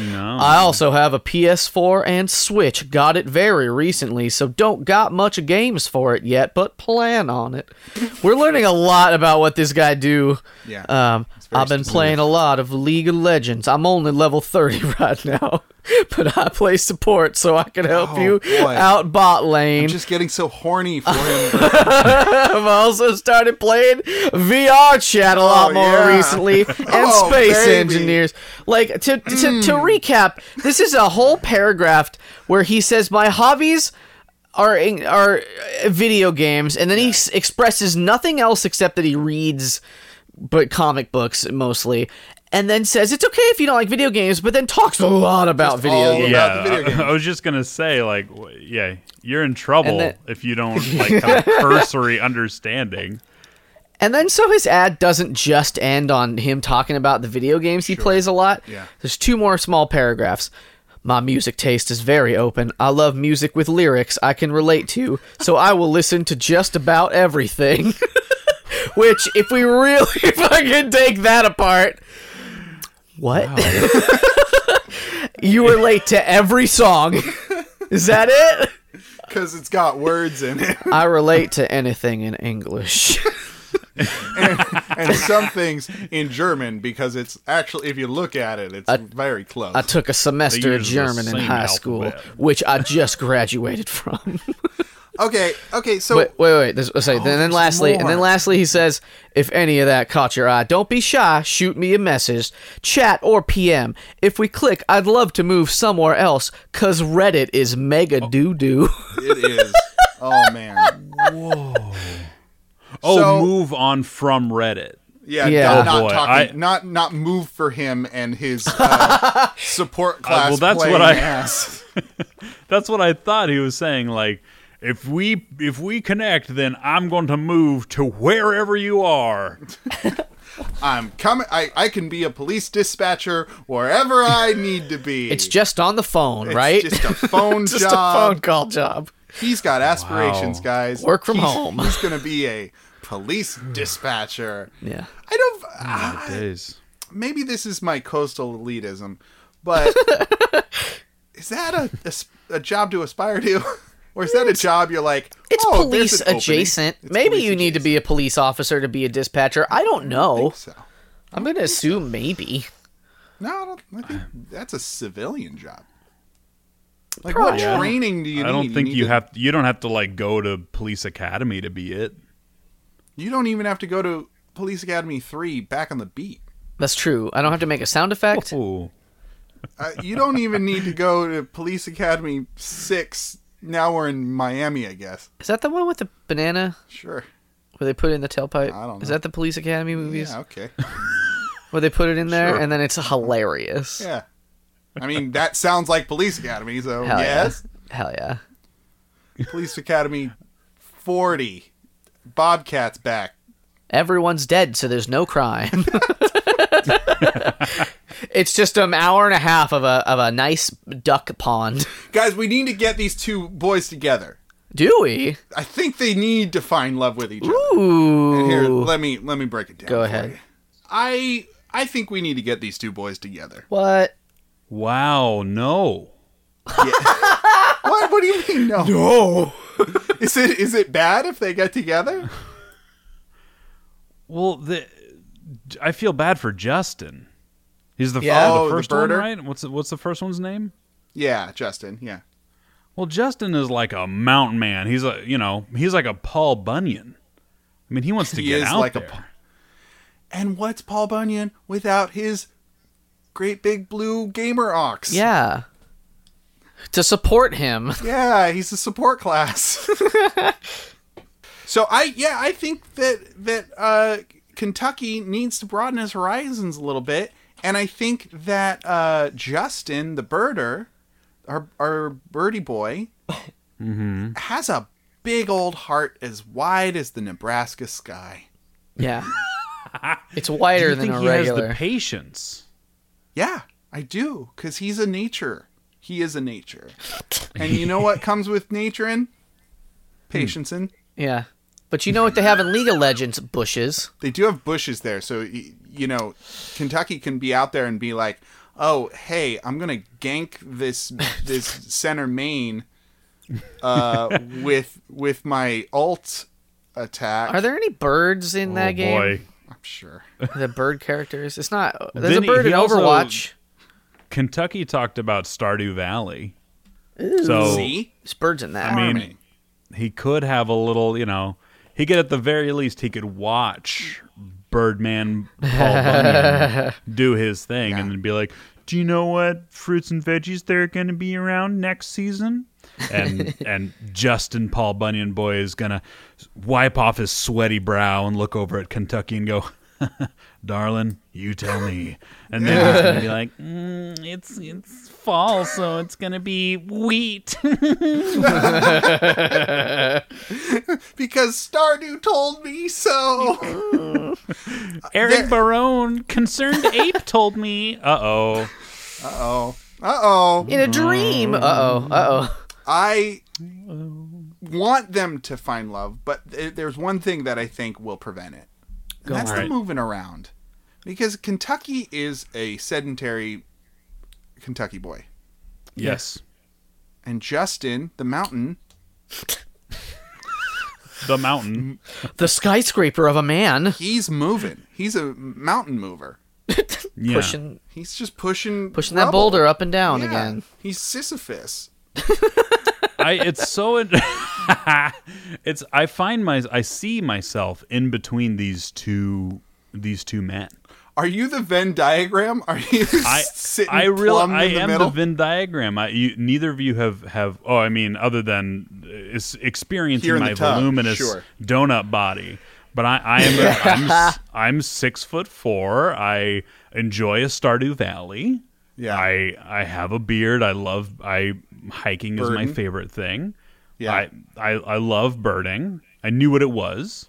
A: No.
C: I also have a PS4 and Switch. Got it very recently, so don't got much games for it yet, but plan on it. We're learning a lot about what this guy do.
B: Yeah.
C: Um,
B: very
C: I've been playing a lot of League of Legends. I'm only level 30 right now, but I play support so I can help
B: Oh,
C: you
B: boy.
C: out bot lane.
B: Just getting so horny for him.
C: I've also started playing VR chat a lot
B: Oh,
C: more
B: yeah.
C: recently and
B: Oh,
C: space
B: baby. Hmm.
C: engineers. Like to to, to recap, this is a whole paragraph where he says my hobbies are in, are uh, video games, and then he s- expresses nothing else except that he reads but comic books mostly. And then says it's okay if you don't like video games, but then talks a lot about video
B: all
C: games.
B: about
A: yeah,
B: the video game.
A: I was just gonna say, like, w- yeah, you're in trouble
C: that-
A: if you don't like have a cursory understanding.
C: And then so his ad doesn't just end on him talking about the video games he plays a lot.
B: Yeah.
C: There's two more small paragraphs. My music taste is very open. I love music with lyrics I can relate to, so I will listen to just about everything. Which, if we really fucking take that apart, what? you relate to every song. Is that it?
B: Because it's got words in it.
C: I relate to anything in English.
B: and some things in German because it's actually, if you look at it, it's very close.
C: I took a semester of
A: use the
C: German in
A: same
C: high school,
A: alphabet.
C: which I just graduated from.
B: okay, okay, so
C: wait, wait, wait. There's, sorry, then, then
B: Oh, there's
C: lastly, and then
B: more.
C: lastly, he says, if any of that caught your eye, don't be shy. Shoot me a message, chat or PM. If we click, I'd love to move somewhere else, cause Reddit is mega
B: Oh,
C: doo doo.
B: it is. Oh, man.
A: Oh,
B: So-
A: move on from Reddit.
B: Yeah,
C: Yeah.
B: Not,
C: Oh,
B: not
A: boy,
B: talking,
A: I-
B: not not move for him and his uh, support class.
A: well, that's
B: playing
A: what I-
B: ass.
A: That's what I thought he was saying. Like, if we if we connect, then I'm going to move to wherever you are.
B: I'm coming. I I can be a police dispatcher wherever I need to be.
C: It's just on the phone,
B: It's
C: right?
B: Just a phone
C: Just a
B: job.
C: phone call job.
B: He's got aspirations,
A: Wow.
B: guys.
C: Work from
B: He's-
C: home.
B: He's gonna be a police dispatcher.
C: Yeah.
B: I don't. I-
A: Days.
B: maybe this is my coastal elitism, but is that a, a s- a job to aspire to, or is that a job you're like?
C: It's
B: "Oh, there's
C: police
B: an opening."
C: adjacent.
B: It's
C: Maybe
B: police
C: you need to be a police officer to be a dispatcher. I don't know.
B: adjacent, So.
C: I'm going to assume maybe.
B: No, I, don't, I think that's a civilian job. Like
C: Probably.
B: what training do you need?
A: I don't think
B: need
A: you
B: to-
A: have. You don't have to like go to police academy to be it.
B: You don't even have to go to Police Academy 3 back on the beat.
C: That's true. I don't have to make a sound effect.
A: Oh,
B: Uh, you don't even need to go to Police Academy 6. Now we're in Miami, I guess.
C: Is that the one with the banana
B: Sure.
C: where they put it in the tailpipe?
B: I don't
C: Is
B: know.
C: that the Police Academy movies
B: Yeah, okay.
C: where they put it in there
B: Sure.
C: and then it's hilarious?
B: Yeah. I mean, that sounds like Police Academy, so
C: Hell
B: yes.
C: yeah. Hell yeah.
B: Police Academy 40. Bobcat's back.
C: Everyone's dead, so there's no crime. it's just an hour and a half of a of a nice duck pond.
B: Guys, we need to get these two boys together.
C: Do we?
B: I think they need to find love with each other.
C: Ooh.
B: And here, let me let me break it down.
C: Go
B: for
C: ahead.
B: you. I I think we need to get these two boys together.
C: what?
A: wow, no.
B: what? What do you mean? No.
C: Oh.
B: Is it is it bad if they get together?
A: Well, the, I feel bad for Justin. He's the,
C: Yeah.
A: oh,
B: Oh,
A: the
B: the
A: first one,
B: birder?
A: right? What's the, what's the first one's name?
B: Yeah, Justin. Yeah.
A: Well, Justin is like a mountain man. He's a you know he's like a Paul Bunyan. I mean, he wants to
B: He
A: get
B: is
A: out
B: like a
A: there.
B: Pa- And what's Paul Bunyan without his great big blue gamer ox?
C: Yeah. To support him.
B: Yeah, he's a support class. so I yeah, I think that that uh Kentucky needs to broaden his horizons a little bit. And I think that uh Justin, the birder, our our birdie boy, has a big old heart as wide as the Nebraska sky.
C: Yeah. It's
A: Do
C: wider
A: you
C: than
A: think
C: a
A: he has
C: regular.
A: the patience?
B: Yeah, I do, because he's a nature. He is a nature. And you know what comes with naturing? Patience and
C: yeah. But you know what they have in League of Legends? Bushes.
B: they do have bushes there, so y- you know Kentucky can be out there and be like, "Oh, hey, I'm gonna gank this this center main uh, with with my alt attack."
C: Are there any birds in that
A: oh
C: game?
A: boy,
B: I'm sure.
C: The bird characters. It's not. There's
A: Then
C: a bird
A: he
C: in
A: also-
C: Overwatch.
A: Kentucky talked about Stardew Valley. So
B: See,
C: There's birds in that.
A: I mean,
B: Farming.
A: he could have a little, you know, he could at the very least he could watch Birdman Paul Bunyan do his thing and then be like, "Do you know what fruits and veggies they're going to be around next season?" And and Justin Paul Bunyan boy is going to wipe off his sweaty brow and look over at Kentucky and go, "Darling, you tell me." And then he's going to be like, mm, "It's it's fall, so it's going to be wheat."
B: because Stardew told me so.
A: Eric Barone, concerned ape, told me. Uh oh.
B: Uh oh. Uh oh.
C: in a dream.
A: Mm.
C: Uh oh. Uh oh.
B: I want them to find love, but th- there's one thing that I think will prevent it. And that's
A: on.
B: the moving around. Because Kentucky is a sedentary Kentucky boy.
A: Yes.
B: And Justin, the mountain,
A: The mountain.
C: The skyscraper of a man
B: he's moving. He's a mountain mover.
A: Yeah.
C: pushing
B: He's just pushing
C: pushing that
B: rubble.
C: boulder up and down
B: Yeah.
C: again.
B: He's Sisyphus.
A: I, it's so. it's. I find my. I see myself in between these two. These two men.
B: Are you the Venn diagram? Are you
A: I.
B: sitting
A: I really.
B: plumb in
A: I
B: the
A: am
B: middle?
A: the Venn diagram. I. You, neither of you have have. Oh, I mean, other than uh, is
B: Here
A: experiencing
B: in the
A: my
B: tub,
A: voluminous
B: sure.
A: donut body. But I, I am. a- I'm, s- I'm six foot four. I enjoy a Stardew Valley.
B: yeah.
A: I I have a beard. I love I hiking is my
B: Birding.
A: favorite thing.
B: Yeah.
A: I, I I love birding. I knew what it was.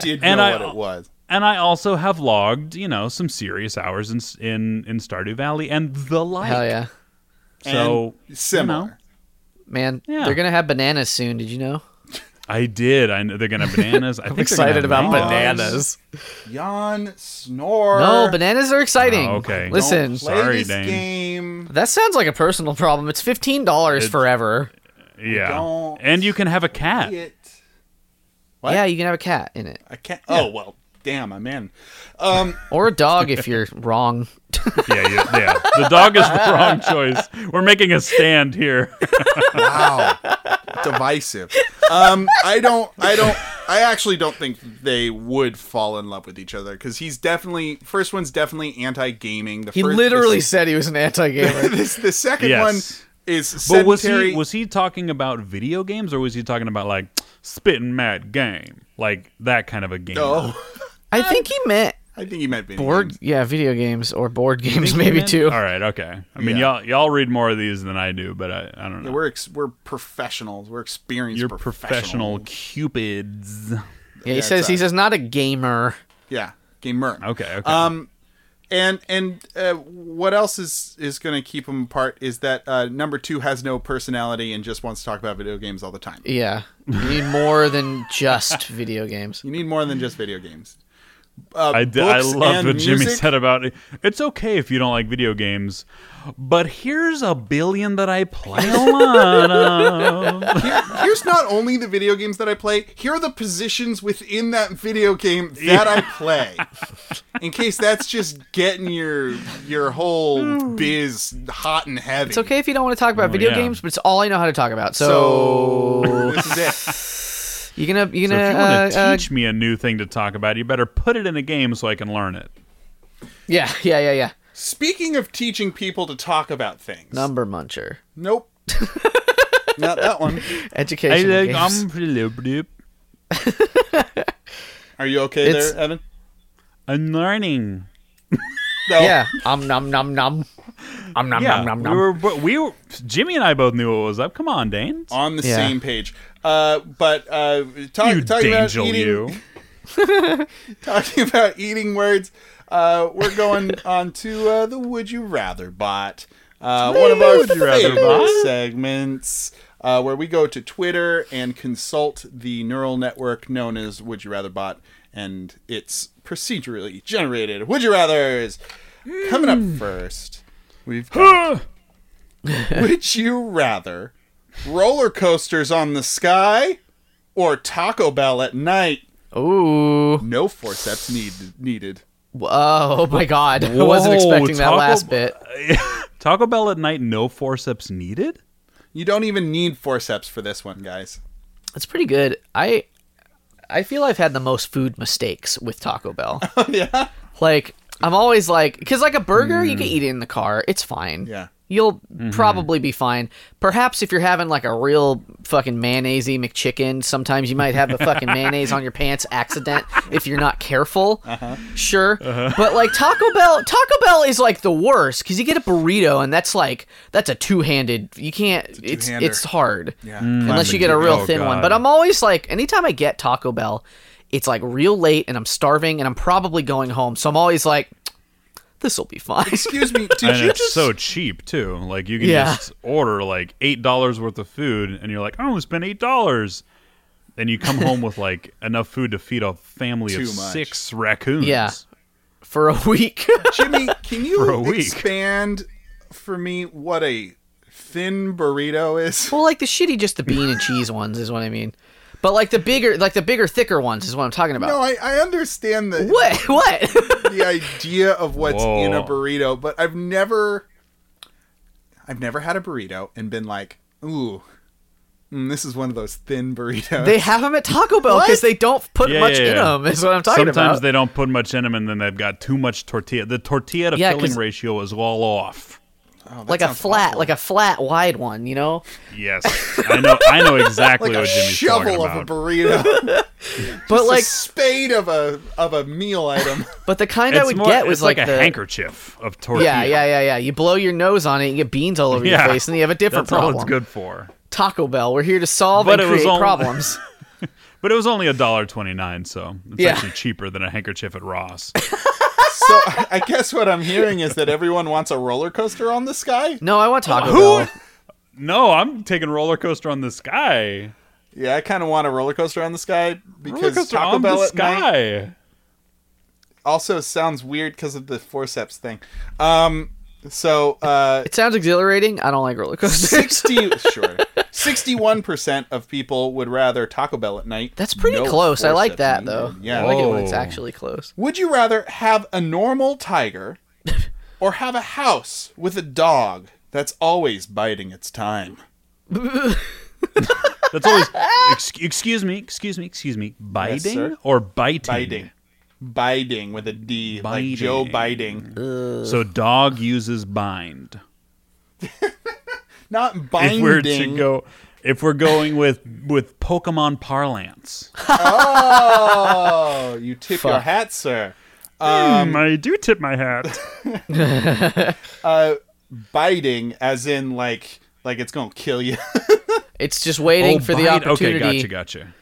B: did
A: and
B: know
A: I-
B: what it was.
A: And I also have logged, you know, some serious hours in s- in in Stardew Valley and the like.
C: Hell yeah,
A: So
B: And similar.
A: you know,
C: man.
A: Yeah.
C: They're gonna have bananas soon. Did you know?
A: I did. I know they're gonna have bananas. I
C: I'm
A: think
C: excited about
B: bananas.
C: bananas.
B: Yawn, snore.
C: No, bananas are exciting.
A: Oh, okay.
B: Don't
C: Listen,
B: play
A: Sorry,
B: this
A: Dane.
B: game.
C: that sounds like a personal problem. It's fifteen dollars forever.
A: Yeah,
B: Don't
A: and you can have a cat.
B: It. What?
C: Yeah, you can have a cat in it
B: I can't. Oh well, damn, I'm in. Um,
C: or a dog if you're wrong.
A: Yeah, you, yeah. The dog is the wrong choice. We're making a stand here.
B: wow, divisive. Um, I don't, I don't, I actually don't think they would fall in love with each other because he's definitely first one's definitely anti-gaming. The
C: He
B: first,
C: literally said he was an anti-gamer.
B: this, this the second
A: Yes.
B: one is
A: But was
B: sedentary.
A: he was he talking about video games or was he talking about like spitting mad game, like that kind of a game?
B: oh,
C: I think he meant
B: I think he meant video
C: board.
B: games.
C: Yeah, video games or board games maybe too.
A: All right, okay. I mean,
B: Yeah.
A: y'all y'all read more of these than I do, but I, I don't know.
B: Yeah, we're ex- we're professionals. We're experienced.
A: You're professional
B: professionals.
A: cupids.
C: Yeah, he
B: Yeah,
C: says
B: it's
C: he
B: a-
C: says not a gamer.
B: Yeah, gamer.
A: Okay, okay.
B: Um, and and uh, what else is is going to keep them apart is that uh, number two has no personality and just wants to talk about video games all the time.
C: Yeah, you need more than just video games.
B: You need more than just video games. Uh,
A: I, d- I
B: books
A: loved
B: and
A: what Jimmy
B: music?
A: said about it. It's okay if you don't like video games, but here's a billion that I play a lot of.
B: Here- here's not only the video games that I play. Here are the positions within that video game that I play. In case that's just getting your your whole biz hot and heavy.
C: It's okay if you don't want to talk about
A: Oh,
C: video
A: yeah.
C: games, but it's all I know how to talk about. So,
B: So this is it.
C: you're
A: So
C: gonna you're
A: if you
C: gonna
A: want to
C: uh, uh,
A: teach me a new thing to talk about, you better put it in a game so I can learn it.
C: yeah yeah yeah yeah
B: Speaking of teaching people to talk about things.
C: number muncher
B: Nope. Not that one.
C: education
A: I, like, um,
C: games.
A: I'm pretty little bloop.
B: Are you okay
C: It's-
B: there, Evan?
A: I'm learning.
B: No.
C: yeah um nom nom nom um nom
A: Yeah,
C: nom nom
A: we
C: nom.
A: were, but we were, Jimmy and I both knew what was up. Come on, Dane.
B: On the
C: Yeah.
B: same page. Uh, but uh, talk,
A: you
B: talking about
A: Dangel,
B: eating,
A: you.
B: talking about eating words, uh, we're going on to uh, the Would You Rather bot. Uh, one of our
A: Would You Rather
B: favorite
A: bot?
B: segments uh, where we go to Twitter and consult the neural network known as Would You Rather bot and its procedurally generated Would You Rathers. Coming
A: Hmm.
B: up first, we've got Would you rather roller coasters on the sky or Taco Bell at night?
C: Ooh.
B: No forceps need, needed.
C: Oh, oh my god. I wasn't
A: Whoa,
C: expecting that
A: Taco
C: last
A: Bell-
C: bit.
A: Taco Bell at night, no forceps needed?
B: You don't even need forceps for this one, guys.
C: It's pretty good. I I feel I've had the most food mistakes with Taco Bell.
B: yeah.
C: like I'm always like cuz like a burger you can eat it in the car. It's fine.
B: Mm. Yeah.
C: You'll probably be fine. Perhaps if you're having like a real fucking mayonnaisey McChicken, sometimes you might have the fucking mayonnaise on your pants accident if you're not careful.
B: Uh-huh.
C: Sure, but like Taco Bell, Taco Bell is like the worst because you get a burrito and that's like that's a two-handed. You can't. It's it's,
B: two-hander.
C: hard.
B: Yeah.
C: Unless you get a
A: Clemency.
C: real
A: Oh,
C: thin one.
A: God.
C: But I'm always like, anytime I get Taco Bell, it's like real late and I'm starving and I'm probably going home. So I'm always like, this will be fine.
B: Excuse me. Did
A: And
B: you
A: it's
B: just
A: so cheap, too. Like, you can
C: Yeah.
A: just order like $8 worth of food, and you're like, I only spent $8. And you come home with like enough food to feed a family
B: Too
A: of
B: much.
A: six raccoons.
C: Yeah. For a week.
B: Jimmy, can
A: For a
B: you
A: week.
B: expand for me what a thin burrito is?
C: well, like the shitty, just the bean and cheese ones is what I mean. But like the bigger, like the bigger, thicker ones is what I'm talking about.
B: No, I, I understand the
C: what? What?
B: the idea of what's
A: Whoa.
B: in a burrito, but I've never I've never had a burrito and been like, ooh, mm, this is one of those thin burritos.
C: they have them at Taco Bell because
B: What?
C: they don't put
A: Yeah,
C: much
A: yeah,
C: in
A: yeah.
C: them. Is what I'm talking
A: Sometimes
C: about.
A: they don't put much in them, and then they've got too much tortilla. The tortilla to
C: Yeah,
A: filling
C: 'cause-
A: ratio is all off.
B: Oh, that
C: like a
B: sounds
C: flat,
B: awful.
C: like a flat, wide one. You know.
A: Yes, I know. I know exactly
B: like
A: what
B: a
A: Jimmy's talking
B: shovel
A: about.
B: of a burrito,
C: But
B: like
C: like,
B: spade of a of a meal item.
C: but the kind I
A: it's
C: would
A: more,
C: get
A: it's
C: was
A: like, a
C: the
A: handkerchief of tortilla.
C: Yeah, yeah, yeah, yeah. You blow your nose on it, you get beans all over
A: Yeah.
C: your face, and then you have a different
A: That's
C: problem.
A: all it's good for.
C: Taco Bell, we're here to solve
A: But
C: and
A: it was
C: create
A: all-
C: problems.
A: But it was only a dollar twenty nine, so it's
C: Yeah.
A: actually cheaper than a handkerchief at Ross.
B: so I guess what I'm hearing is that everyone wants a roller coaster on the sky.
C: no, I want Taco
A: Who?
C: Bell.
A: No, I'm taking roller coaster on the sky.
B: Yeah, I kind of want a roller coaster on the sky
A: Roller
B: because
A: coaster
B: Taco
A: on the
B: Bell at night
A: sky.
B: also sounds weird because of the forceps thing. Um, so uh,
C: It sounds exhilarating. I don't like roller coasters.
B: 60 sure 61% of people would rather Taco Bell at night.
C: That's pretty
B: No
C: close. I like
B: forceps
C: that
B: needed.
C: though.
A: Oh,
B: Yeah.
C: I like it when it's
A: Whoa.
C: actually close.
B: Would you rather have a normal tiger or have a house with a dog that's always biding its time?
A: That's always. ex- excuse me, excuse me, excuse me. Biting
B: sir.
A: or biting?
B: Biding. Biding with a D, like Joe Biding.
A: So dog uses bind.
B: Not binding.
A: If we're to go, if we're going with with Pokemon parlance,
B: Oh, you tip your
C: Fuck.
B: hat, sir.
A: Hmm, I do tip my hat.
B: Biting, as in like like it's gonna kill you.
C: It's just waiting
A: Oh,
C: for the
A: bite-
C: opportunity
A: Okay, gotcha, gotcha.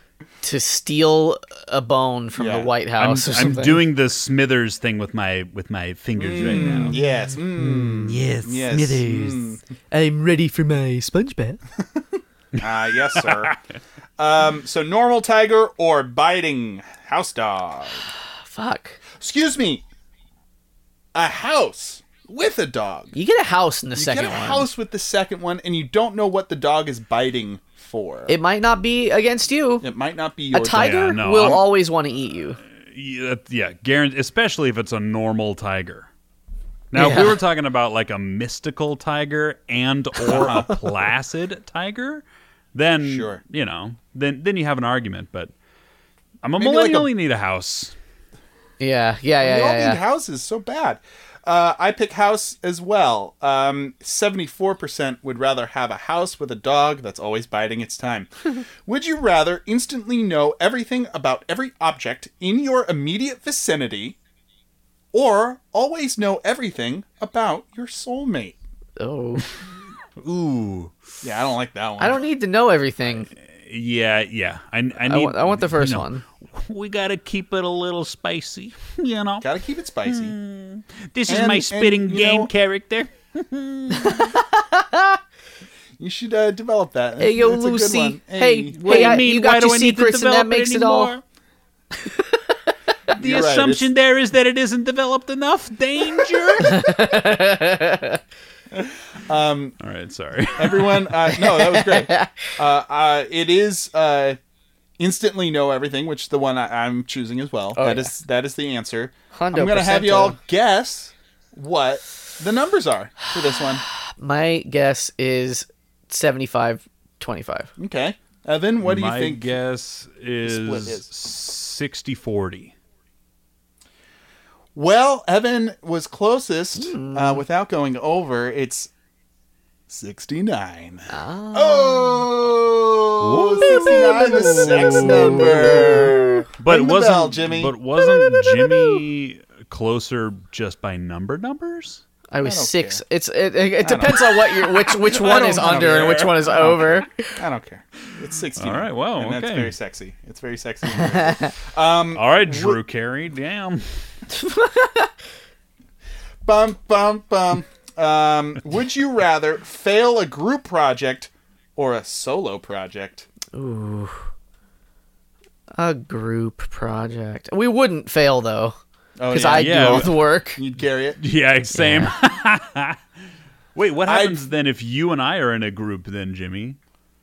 C: to steal a bone from
B: Yeah.
C: the White
A: I'm,
C: House. or
A: I'm
C: something.
A: doing the Smithers thing with my with my fingers right now.
B: yes. Mm.
A: Yes,
B: Yes. Mm.
C: I'm ready for my sponge bath.
B: Ah, yes, sir. um, so normal tiger or biting house dog?
C: Fuck.
B: Excuse me. A house with a dog.
C: You get a house in the
B: You
C: second
B: get a
C: one.
B: house with the second one, and you don't know what the dog is biting for. It,
C: It might not be against you.
B: might not be
C: A
B: your
C: tiger
A: Yeah, no,
C: will
A: I'm-
C: always want to eat you.
A: Yeah, yeah guaranteed, especially if it's a normal tiger. Now, if we
C: Yeah.
A: were talking about like a mystical tiger and or a placid tiger, then
B: Sure.
A: you know, then then you have an argument. But I'm a
B: Maybe like
A: millennial.
B: a-
A: you need a house.
C: Yeah, yeah, yeah,
B: We all
C: yeah. yeah.
B: need houses so bad. Uh, I pick house as well. Um, 74% would rather have a house with a dog that's always biding its time. would you rather instantly know everything about every object in your immediate vicinity or always know everything about your soulmate?
C: Oh,
A: Ooh,
B: Yeah, I don't like that one.
C: I don't need to know everything.
A: yeah, yeah. I I, need,
C: I want, I want the
A: you
C: first
A: know,
C: one.
A: We gotta keep it a little spicy, you know.
B: Gotta keep it
C: Hmm.
B: spicy.
A: This
B: And-
A: is my
B: and,
A: spitting
B: you
A: game
B: know-
A: character.
B: You should uh, develop that.
C: Hey, yo,
B: It's a good
C: Lucy.
B: one.
C: Hey,
A: What do
C: hey,
A: you
C: I,
A: mean?
C: you
A: Why
C: got
A: do
C: your
A: I need to
C: secrets, and that
A: develop it
C: makes it all.
A: anymore? The
B: You're right,
A: assumption there is that it isn't developed enough. Danger. um. All right. Sorry.
B: Everyone, uh, no, that was great. Uh, uh, it is uh, instantly know everything, which the one I, I'm choosing as well. That
C: Oh, yeah.
B: is that is the answer. i am
C: Hondo
B: gonna have
C: Percento.
B: y'all guess what the numbers are for this one.
C: My guess is 75 25.
B: Okay, Evan, what do you
A: My
B: think?
A: guess
B: split
A: is,
B: is?
A: 60-40.
B: Well, Evan was closest
A: Hmm.
B: uh, without going over. It's sixty-nine. Oh,
A: Ah. Ooh.
B: 69, the sex number.
A: But
B: Ring the
A: wasn't
B: bell, Jimmy?
A: But wasn't Jimmy closer just by number numbers?
C: I was
B: don't
C: six.
B: care.
C: It's it, it, it depends on what you which which one is
B: don't- I don't
C: under and which
B: care.
C: one is over.
B: I don't care. It's 60.
A: All right, wow,
B: And that's
A: okay.
B: very sexy. It's very sexy.
A: All right, Drew Carey. Damn.
B: bum, bum, bum. Um, would you rather fail a group project or a solo project?
C: A group project. We wouldn't fail though,
B: Oh,
C: because
B: yeah.
C: I
A: yeah.
C: do all the work.
B: You'd carry it.
A: Yeah, same. Wait, what
B: I'd-
A: happens then if you and I are in a group then, Jimmy?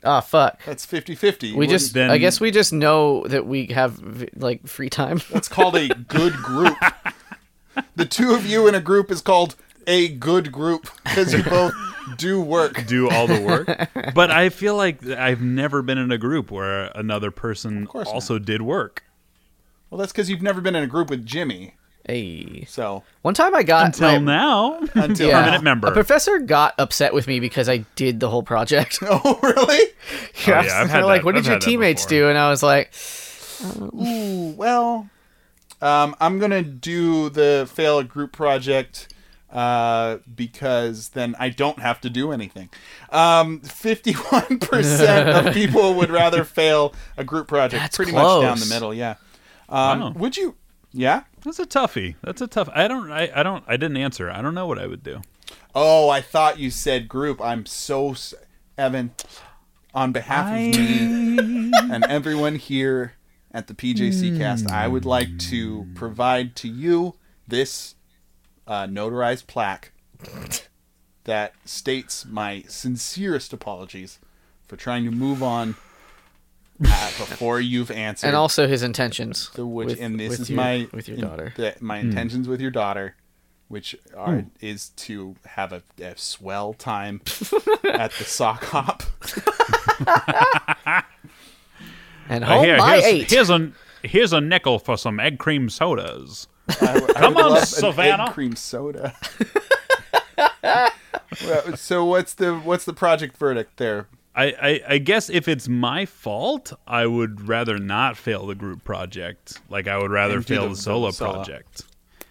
C: Ah, fuck.
B: That's 50 50.
C: We just.
A: then-
C: I guess we just know that we have v- like free time.
B: That's called a good group. the two of you in a group is called a good group because you both do work.
A: Do all the work. but I feel like I've never been in a group where another person
B: course
A: also did work.
B: Well, that's because you've never been in a group with Jimmy.
C: hey.
B: So,
C: One time I got
A: Until
C: my-
A: now.
B: Until
C: yeah,
A: permanent member.
C: A professor got upset with me because I did the whole project.
B: oh, really?
A: yeah,
C: I was
A: I've
C: kinda
A: had
C: like,
A: that-
C: what
A: I've
C: did your
A: had that
C: teammates
A: before."
C: do? And I was like,
B: Ooh, well, um, I'm gonna do the fail a group project uh, because then I don't have to do anything. Um, 51% of people would rather fail a group project.
C: That's
B: pretty
C: close.
B: much down the middle, yeah. Um,
A: Wow.
B: Would you? Yeah.
A: That's a toughie. That's a tough. I don't. I, I don't. I didn't answer. I don't know what I would do.
B: Oh, I thought you said group. I'm so s- Evan. on behalf of me and everyone here at the PJC cast, I would like to provide to you this uh, notarized plaque that states my sincerest apologies for trying to move on uh, before you've answered.
C: and also his intentions.
B: the which
C: with,
B: and this
C: with
B: is
C: your,
B: my
C: with your
B: in-
C: daughter. Hmm.
B: the- my intentions with your daughter, which are is to have a, a swell time at the sock hop.
C: And
A: Uh,
C: home
A: here,
C: by
A: here's,
C: eight.
A: here's a here's a nickel for some egg cream sodas.
B: I w- I
A: Come
B: would
A: on,
B: love an egg
A: Savannah.
B: cream soda. Well, so what's the what's the project verdict there?
A: I, I, I guess if it's my fault, I would rather not fail the group project. Like I would rather
B: And do
A: fail
B: the-
A: the, solo
B: the solo.
A: project.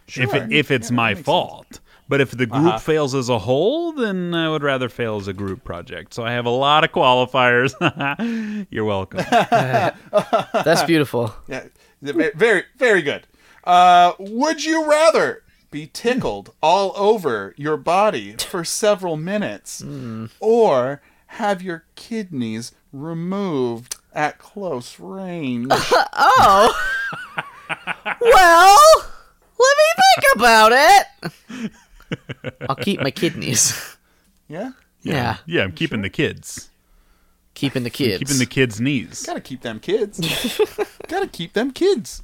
A: If it, if it's my fault. But if the group
B: Uh-huh.
A: fails as a whole, then I would rather fail as a group project. So I have a lot of qualifiers. You're welcome.
C: That's beautiful.
B: Yeah, the- ve- very very good. Uh, would you rather be tickled all over your body for several minutes,
C: Hmm.
B: or have your kidneys removed at close range?
C: Oh. well, let me think about it. I'll keep my kidneys.
B: yeah,
C: Yeah.
A: Yeah, I'm keeping the kids.
C: Keeping the kids.
A: Keeping the kids' knees.
B: gotta keep them kids. gotta keep them kids.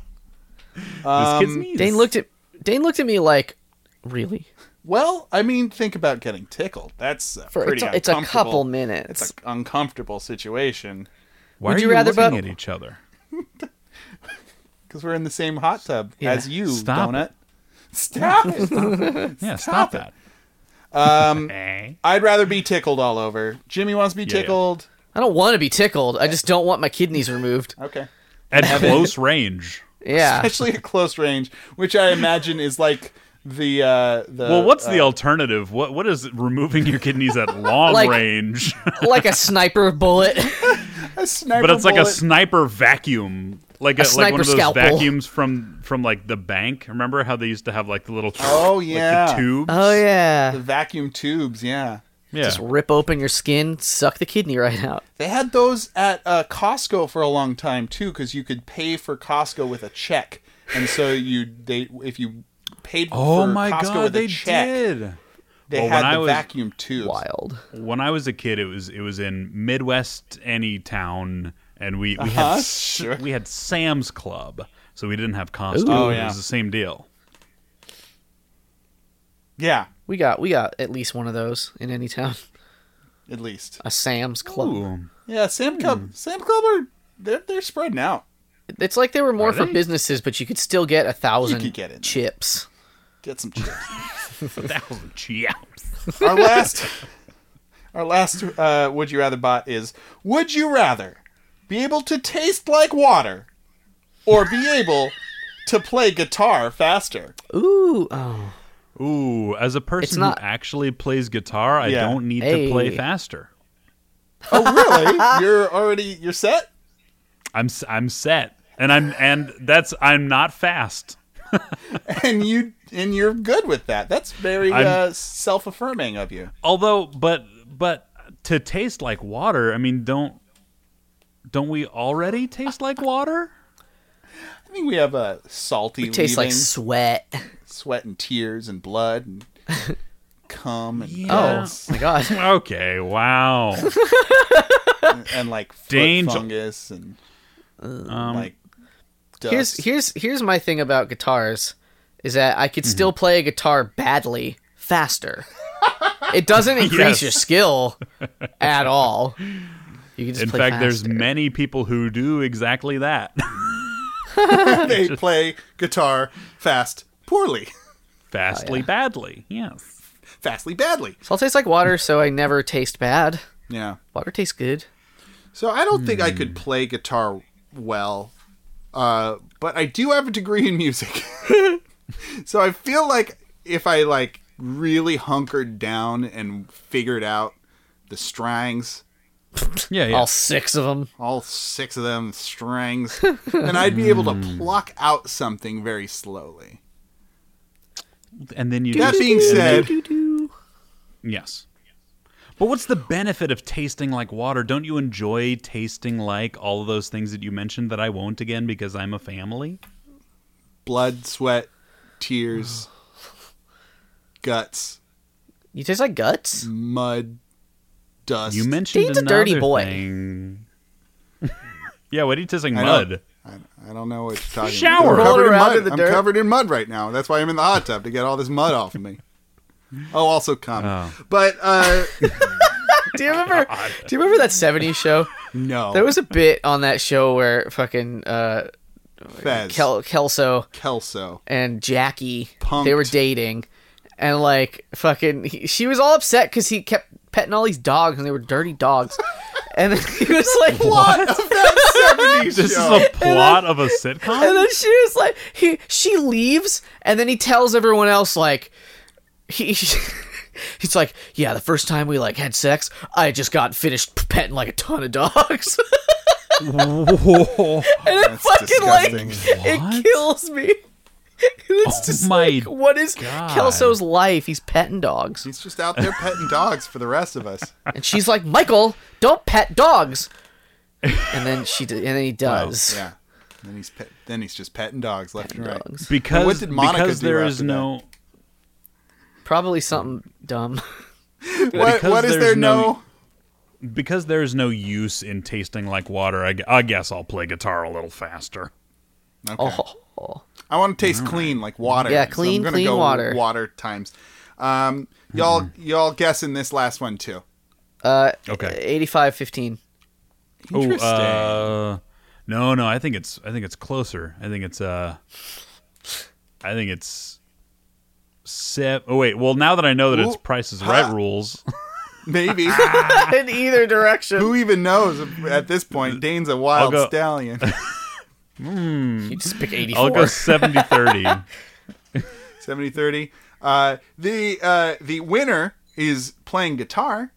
A: Those kids' knees.
C: Dane looked at Dane looked at me like, really?
B: Well, I mean, think about getting tickled. That's a
C: For
B: pretty
C: it's a, it's a
B: uncomfortable-
C: couple minutes.
B: It's an uncomfortable situation
A: Why
C: Would
A: are
C: you
A: you,
C: rather
A: looking at
C: bu-
A: each other?
B: because we're in the same hot tub
C: Yeah.
B: as you,
A: Stop
B: Donut. Stop it.
A: Yeah, stop, that. Um,
B: I'd rather be tickled all over. Jimmy wants to be
A: Yeah, yeah.
B: tickled.
C: I don't want to be tickled. I just don't want my kidneys removed.
B: Okay.
A: at close range.
C: Yeah.
B: Especially at close range, which I imagine is like the uh the
A: Well, what's
B: uh,
A: the alternative? What what is removing your kidneys at long
C: Like-
A: range?
C: like a sniper bullet.
B: a sniper
A: but it's like a
B: bullet?
A: sniper vacuum, like a, like
C: sniper
A: one of those
C: scalpel.
A: vacuums from from like the bank. Remember how they used to have like the little
B: Oh, yeah.
A: like the tubes.
C: Oh yeah.
B: the vacuum tubes, yeah.
A: yeah.
C: Just rip open your skin, suck the kidney right out.
B: They had those at uh, Costco for a long time too cuz you could pay for Costco with a check. And so you they if you paid
A: oh
B: for
A: my
B: Costco
A: god,
B: with
A: they
B: a check,
A: did.
B: they
A: Well,
B: had
A: when I
B: the
A: was-
B: vacuum tubes.
C: Wild.
A: When I was a kid, it was it was in Midwest any town, and we we
B: Uh-huh,
A: had s-
B: sure.
A: we had Sam's Club, so we didn't have Costco.
B: Oh,
A: It
B: yeah.
A: was the same deal.
B: Yeah,
C: We got we got at least one of those in any town.
B: at least.
C: A Sam's Club.
A: Ooh.
B: Yeah, Sam
A: Hmm.
B: Club Sam Club are they're they're spreading out.
C: It's like they were more
A: Are
C: for
A: they?
C: businesses, but you could still get a thousand
B: could get it.
C: chips.
B: Get some chips.
A: Thousand chips.
B: our last our last uh, would you rather bot is would you rather be able to taste like water or be able to play guitar faster
C: Ooh, oh,
A: Ooh, as a person
C: not-
A: who actually plays guitar, I
B: Yeah.
A: don't need to play
C: Hey.
A: faster.
B: oh really you're already you're set
A: I'm s- I'm set, and I'm and that's I'm not fast.
B: and you and you're good with that that's very
A: I'm-
B: uh, self-affirming of you
A: Although, but but to taste like water, I mean, don't don't we already taste like water?
B: i think we have a salty
C: it tastes like
B: leaving,
C: sweat.
B: sweat and tears and blood and cum and
A: Yeah.
C: Oh my god.
A: Okay, wow.
B: and like foot
A: Danger- Um,
B: fungus and like dust.
C: Here's here's here's my thing about guitars, is that I could
A: Mm-hmm.
C: still play a guitar badly faster. it doesn't
A: Yes.
C: increase your skill at all. You can just
A: In
C: play
A: fact, there's
C: faster. Oh,
A: many people who do exactly that.
B: they play guitar fast poorly,
A: Fastly, badly. Yes.
B: fastly badly.
C: Salt tastes like water, so I never taste bad.
B: Yeah.
C: Water tastes good.
B: So I don't think I could play guitar well, uh, but I do have a degree in music. so I feel like if I like really hunkered down and figured out the strings,
A: Yeah, yeah.
C: All six of them.
B: all six of them strings, then I'd be able to pluck out something very slowly.
A: and then you
B: That
A: just
B: being said,
A: Yes. But what's the benefit of tasting like water? Don't you enjoy tasting like all of those things that you mentioned that I won't again because I'm a family?
B: Blood, sweat, tears, guts,
C: You taste like guts?
B: mud, dust.
A: You mentioned
C: Dane's a dirty
A: another
C: boy.
A: thing. yeah, what are you tasting?
B: I don't-
A: Mud.
B: I, I don't know what you're talking
A: Shower.
B: about. I'm
C: Roll
B: covered in
C: around
B: mud.
C: in the
B: I'm
C: dirt.
B: covered in mud right now. That's why I'm in the hot tub to get all this mud off of me. Oh, also cum. But uh,
C: Do you remember do you remember that 70s show?
B: no,
C: There was a bit on that show where fucking uh
B: Fez,
C: Kel- Kelso
B: Kelso.
C: and Jackie
B: Punked.
C: they were dating and like fucking he, she was all upset cuz he kept petting all these dogs and they were dirty dogs. and then he was like
B: What? Of that 70s
A: This is
B: show.
A: a plot of a sitcom.
C: And then she was like, he she leaves, and then he tells everyone else like, he. He's like, yeah. The first time we like had sex, I just got finished petting like a ton of dogs,
A: Whoa.
C: and it fucking
B: disgusting.
C: like
A: What? Oh
C: it kills me. It's just
A: my
C: like, what is
A: God.
C: Kelso's life? He's petting dogs,
B: He's just out there petting dogs for the rest of us.
C: and she's like, Michael, don't pet dogs. And then she, d- and then he does.
B: Yeah. Then he's pet, then he's just petting dogs left and right.
C: Dogs.
A: Because
B: What did Monica
A: because
B: do
A: there
B: after
A: is
B: that?
A: no
C: Probably something dumb.
B: What,
A: Because
B: what is
A: there's
B: there
A: no-
B: no
A: because there is no use in tasting like water. I, gu- I guess I'll play guitar a little faster.
B: Okay.
C: Oh.
B: I want to taste clean, like water.
C: Yeah, clean,
B: I'm gonna
C: clean
B: go
C: water.
B: Water times. Um, y'all, y'all guessing this last one too.
C: Uh,
A: Okay.
C: 85 15.
A: Oh,
B: Interesting.
A: uh, no, no. I think it's I think it's closer. I think it's uh, I think it's seven. Oh wait. Well, now that I know that it's
B: Ooh,
A: Price is Right
B: huh.
A: rules,
B: Maybe.
C: in either direction.
B: Who even knows at this point? Dane's a wild
A: go-
B: stallion.
C: You just pick
A: I'll
C: 84.
A: go 70-30.
B: 70 30. Uh, the, uh, the winner is playing guitar,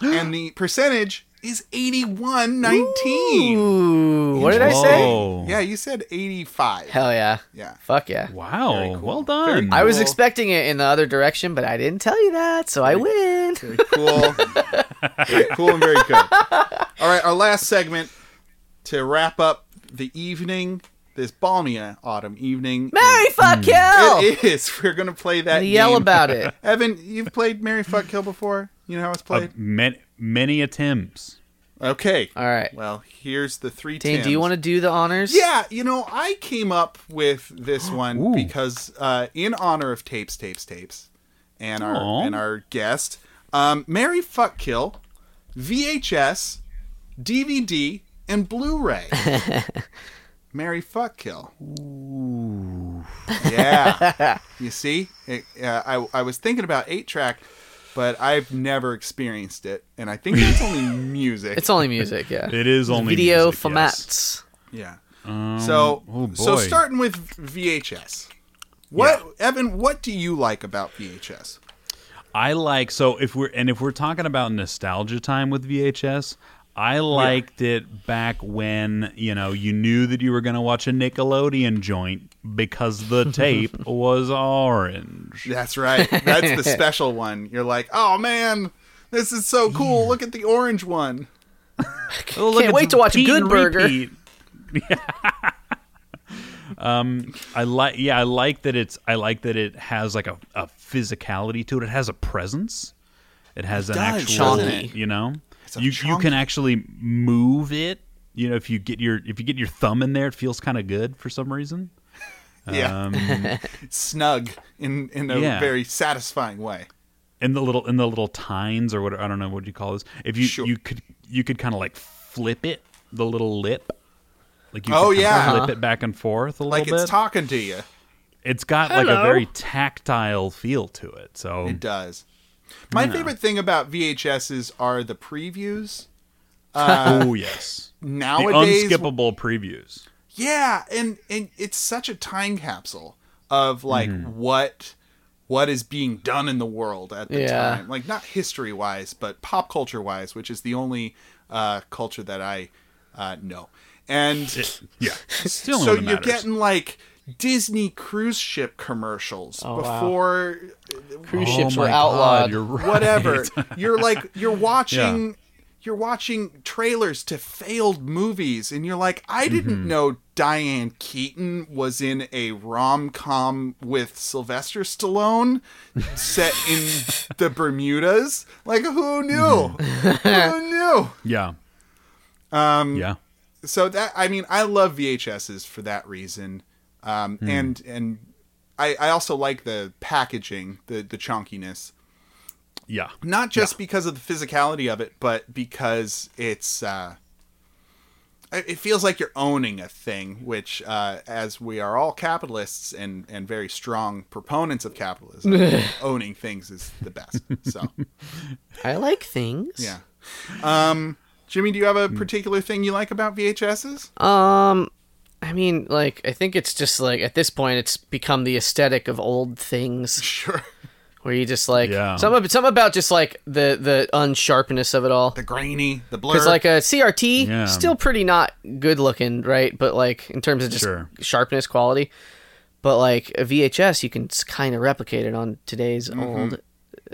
B: and the percentage is 81 19.
C: Ooh, what did I say?
A: Whoa.
B: Yeah, you said 85.
C: Hell yeah.
B: Yeah.
C: Fuck yeah.
A: Wow.
B: cool.
A: Well
B: Very
A: done.
B: cool.
C: I was expecting it in the other direction, but I didn't tell you that, so I win.
B: Very cool. very cool and very good. All right, our last segment to wrap up the evening, this balmy autumn evening.
C: Mary fuck kill!
B: Hmm. It is. We're going to play that
C: And yell
B: game.
C: about it.
B: Evan, you've played Mary Fuck Kill before? You know how it's
A: Uh,
B: played?
A: many, many attempts.
B: okay.
C: All right.
B: Well, here's the three
C: Dane, do you
B: Tims.
C: want to do the honors?
B: Yeah, you know, I came up with this one
A: Ooh.
B: because uh, in honor of tapes, tapes, tapes, and our
A: Aw.
B: and our guest, um, Mary Fuck Kill, VHS, DVD, and Blu-ray. Mary Fuck Kill. Yeah, you see, it, uh, I I was thinking about eight track, but I've never experienced it, and I think that's only music.
C: It's only music, yeah.
A: It is only
C: Video
A: music, yes.
C: formats.
B: Yeah. so
A: oh
B: so
A: boy.
B: starting with VHS. What Evan, what do you like about VHS?
A: I like so if we're and if we're talking about nostalgia time with VHS, I liked it back when you know you knew that you were going to watch a Nickelodeon joint because the tape was orange.
B: That's right. That's the special one. You're like, "Oh man, this is so cool. Look at the orange one."
A: Oh, look,
C: Can't
A: it's
C: wait to watch a
A: repeat
C: Good
A: and
C: Burger.
A: repeat. Um, I like yeah, I like that it's I like that it has like a, a physicality to it. It has a presence. It has an
B: does,
A: actual
C: doesn't it?
A: you know.
B: a
A: You you
B: chunky-
A: can actually move it. You know, if you get your if you get your thumb in there, it feels kind of good for some reason.
B: Yeah. Snug in in a
A: Um, Yeah.
B: very satisfying way.
A: And the little and the little tines or what I don't know what you call this. If you
B: Sure.
A: you could you could kind of like flip it, the little lip. Like you
B: Oh,
A: could kinda
B: yeah.
A: flip it back and forth a
B: Like
A: little bit.
B: it's talking to you.
A: it's got like a
C: Hello.
A: very tactile feel to it. So
B: It does. My favorite thing about VHSs are the previews.
A: oh yes. the
B: Uh, Nowadays,
A: unskippable previews.
B: Yeah, and and it's such a time capsule of like
C: Mm-hmm.
B: what what is being done in the world at the
C: Yeah.
B: time. Like not history wise, but pop culture wise, which is the only uh, culture that I uh, know. And
A: Yeah, still
B: so you're getting like Disney cruise ship commercials
C: Oh, wow.
B: before
D: cruise
A: Oh
D: ships were
A: my God,
D: outlawed.
A: you're right.
B: whatever. you're like you're watching you're watching trailers to failed movies and you're like I didn't know Diane Keaton was in a rom-com with Sylvester Stallone set in the Bermudas. Like who knew? who knew?
A: Yeah. Um, yeah.
B: so that I mean I love VHSs for that reason, um, and and I, I also like the packaging, the the chunkiness,
A: Yeah.
B: not just because of the physicality of it, but because it's uh, it it feels like you're owning a thing, which uh, as we are all capitalists and and very strong proponents of capitalism, owning things is the best. So
C: I like things.
B: yeah, um, Jimmy, do you have a particular thing you like about VHSs?
C: Um, I mean, like, I think it's just like at this point, it's become the aesthetic of old things,
B: sure,
C: where you just like
A: Yeah.
C: some of some about just like the the unsharpness of it all.
B: the grainy, the blur.
C: Because like a CRT,
A: Yeah.
C: still pretty not good looking, right? But like in terms of just
A: Sure.
C: sharpness, quality. But like a VHS, you can kind of replicate it on today's
A: Mm-hmm.
C: old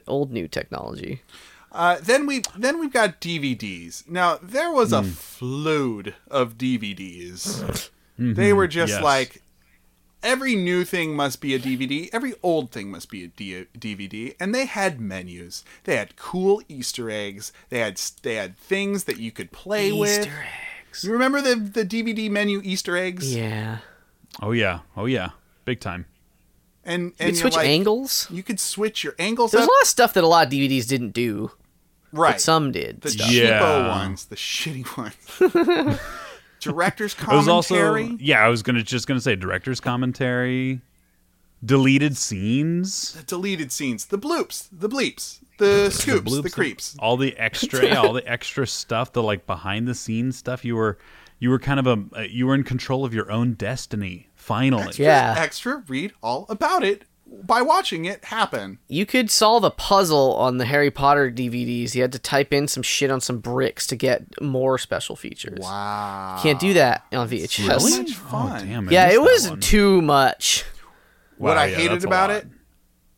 C: old new technology.
B: Uh, then we then we've got DVDs. Now there was a flood of DVDs. They were just
A: yes.
B: like every new thing must be a DVD, every old thing must be a D- DVD, and they had menus. They had cool Easter eggs. They had they had things that you could play with.
C: Easter eggs.
B: You remember the the DVD menu Easter eggs?
C: Yeah.
A: Oh yeah. Oh yeah. Big time.
B: And
C: You
B: and
C: can
B: you're
C: switch
B: like,
C: angles.
B: You could switch your angles
C: There's a
B: up.
C: lot of stuff that a lot of DVDs didn't do,
B: right.
C: but some did.
B: the
C: stuff.
B: cheapo
A: Yeah.
B: ones, the shitty ones. Director's
A: It was
B: commentary.
A: also yeah. I was gonna just gonna say director's commentary, deleted scenes,
B: the deleted scenes, the bloops, the bleeps, the scoops, the,
A: bloops, the-
B: creeps.
A: all the extra, yeah, all the extra stuff, the like behind the scenes stuff. You were you were kind of a uh, you were in control of your own destiny. Finally.
C: Yeah.
B: Extra read all about it by watching it happen.
C: You could solve a puzzle on the Harry Potter DVDs. You had to type in some shit on some bricks to get more special features.
B: Wow.
C: Can't do that on VHS.
A: Really?
B: Such fun.
A: Oh, damn, I
C: Yeah,
A: missed
C: it
A: that
C: was
A: one.
C: too much.
B: What
A: Wow,
B: I
A: yeah,
B: hated
A: that's a
B: about
A: lot.
B: it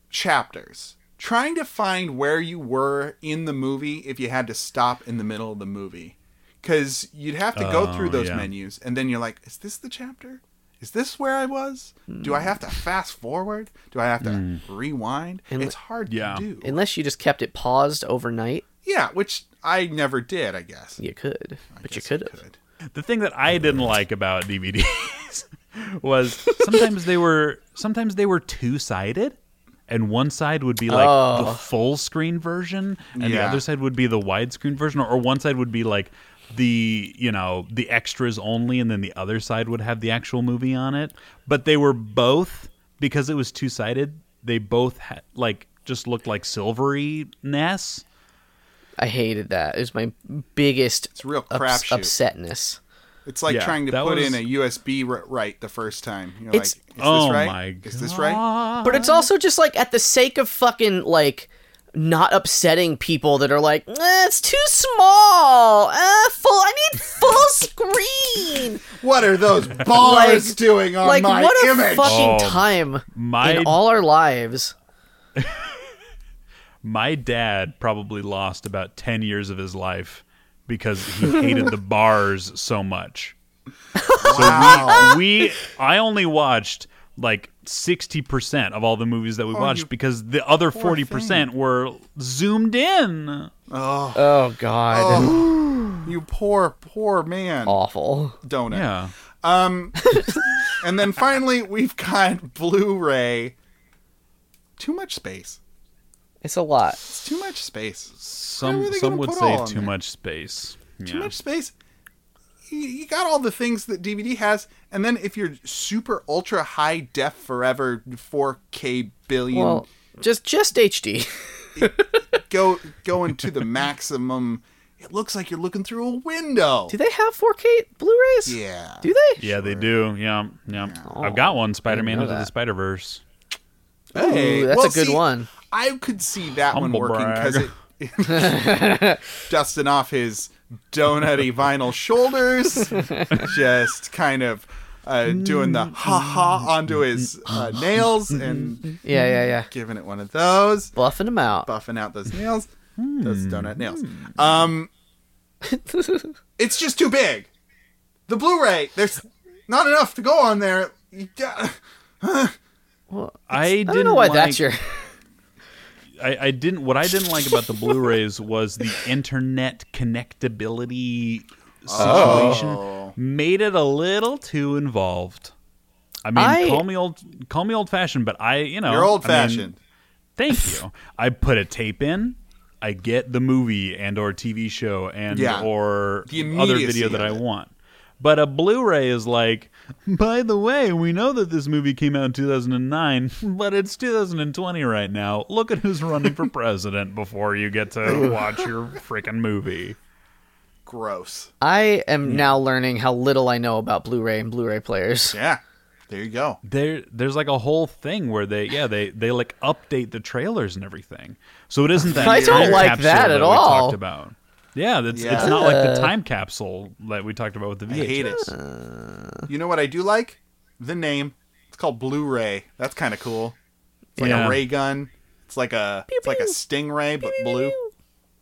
B: chapters. Trying to find where you were in the movie if you had to stop in the middle of the movie. Because you'd have to go
A: Oh,
B: through those
A: yeah.
B: menus, and then you're like, is this the chapter? Is this where I was? Do I have to fast forward? Do I have to rewind? it's hard
A: Hmm. Yeah.
B: to do.
C: Unless you just kept it paused overnight,
B: Yeah, which I never did, I guess.
C: you could. but you could have.
B: Good.
A: the thing that I didn't like about DVDs was sometimes they were sometimes they were two sided, and one side would be like the full screen version, and the
B: Yeah.
A: other side would be the widescreen version, or, or one side would be like the you know the extras only, and then the other side would have the actual movie on it. But they were both because it was two sided. They both had like just looked like silvery ness.
C: I hated that. It was my biggest
B: It's a real
C: ups-
B: crapshoot.
C: upsetness.
B: It's like
A: Yeah,
B: trying to
A: that
B: put
A: was-
B: in a USB r- right the first time. You're
C: It's-
B: like, is
A: oh
B: this right?
A: my god!
B: Is this right?
C: But it's also just like at the sake of fucking like not upsetting people that are like, eh, it's too small. Uh, full. I need full screen.
B: What are those bars
C: Like-
B: doing on
C: like
B: my
C: what a
B: image?
C: fucking
A: Oh,
C: time
A: my-
C: in all our lives.
A: my dad probably lost about 10 years of his life because he hated the bars so much.
B: wow.
A: We I only watched like 60% of all the movies that we
B: Oh, you
A: watched because the other 40% were zoomed in.
C: Oh god,
B: you poor, poor man.
C: awful.
B: Donut.
A: Yeah.
B: And then finally, we've got Blu-ray. Too much space.
C: It's a lot.
B: It's too much space.
A: Some
B: Where were they
A: some
B: gonna
A: would
B: put
A: say
B: all of
A: too
B: that?
A: much space.
B: Too much space. You, you got all the things that DVD has, and then if you're super ultra high def forever 4K billion
C: Well, just just HD.
B: go going to the maximum. It looks like you're looking through a window.
C: Do they have 4K Blu-rays?
B: Yeah.
C: Do they?
A: Yeah, they do. Yeah. Yeah. I've got one Spider-Man
C: know
A: into the
C: that.
A: Spider-Verse.
B: Hey,
C: Ooh, that's
B: well,
C: a good
B: see,
C: one.
B: I could see that
A: Humble
B: one working
A: brag.
B: because it dusting off his donutty vinyl shoulders, just kind of uh, doing the ha ha onto his uh, nails and
C: Yeah, yeah, yeah.
B: giving it one of those,
C: Bluffing him out.
B: buffing out those nails, those
A: Hmm.
B: donut nails. Um, it's just too big. The Blu-ray, there's not enough to go on there. You got-
A: I,
C: I
A: didn't
C: don't know why
A: like,
C: that's your.
A: I, I didn't. What I didn't like about the Blu-rays was the internet connectability situation
B: Oh.
A: made it a little too involved. I mean,
C: I-
A: call me old, call me old-fashioned, but I, you know,
B: You're
A: Oh. I mean,
B: old-fashioned.
A: thank you. I put a tape in. I get the movie and or TV show and
B: Yeah.
A: or
B: The
A: other
B: immediacy
A: video that
B: of
A: I
B: it.
A: want. But a Blu-ray is like, by the way, we know that this movie came out in 2009, but it's 2020 right now. Look at who's running for president before you get to watch your freaking movie.
B: Gross.
C: I
B: Mm.
C: am now learning how little I know about Blu-ray and Blu-ray players.
B: Yeah, there you go.
A: there there's like a whole thing where they yeah they they like update the trailers and everything so it isn't that
C: I don't
A: time
C: like
A: capsule
C: that at
A: we
C: all.
A: talked about yeah, that's,
B: Yeah.
A: it's not like the time capsule that we talked about with the VHS.
B: I hate it. You know what I do like? The name. It's called Blu-ray. That's kind of cool. It's like
A: Yeah.
B: a ray gun. It's like a it's like a stingray but blue.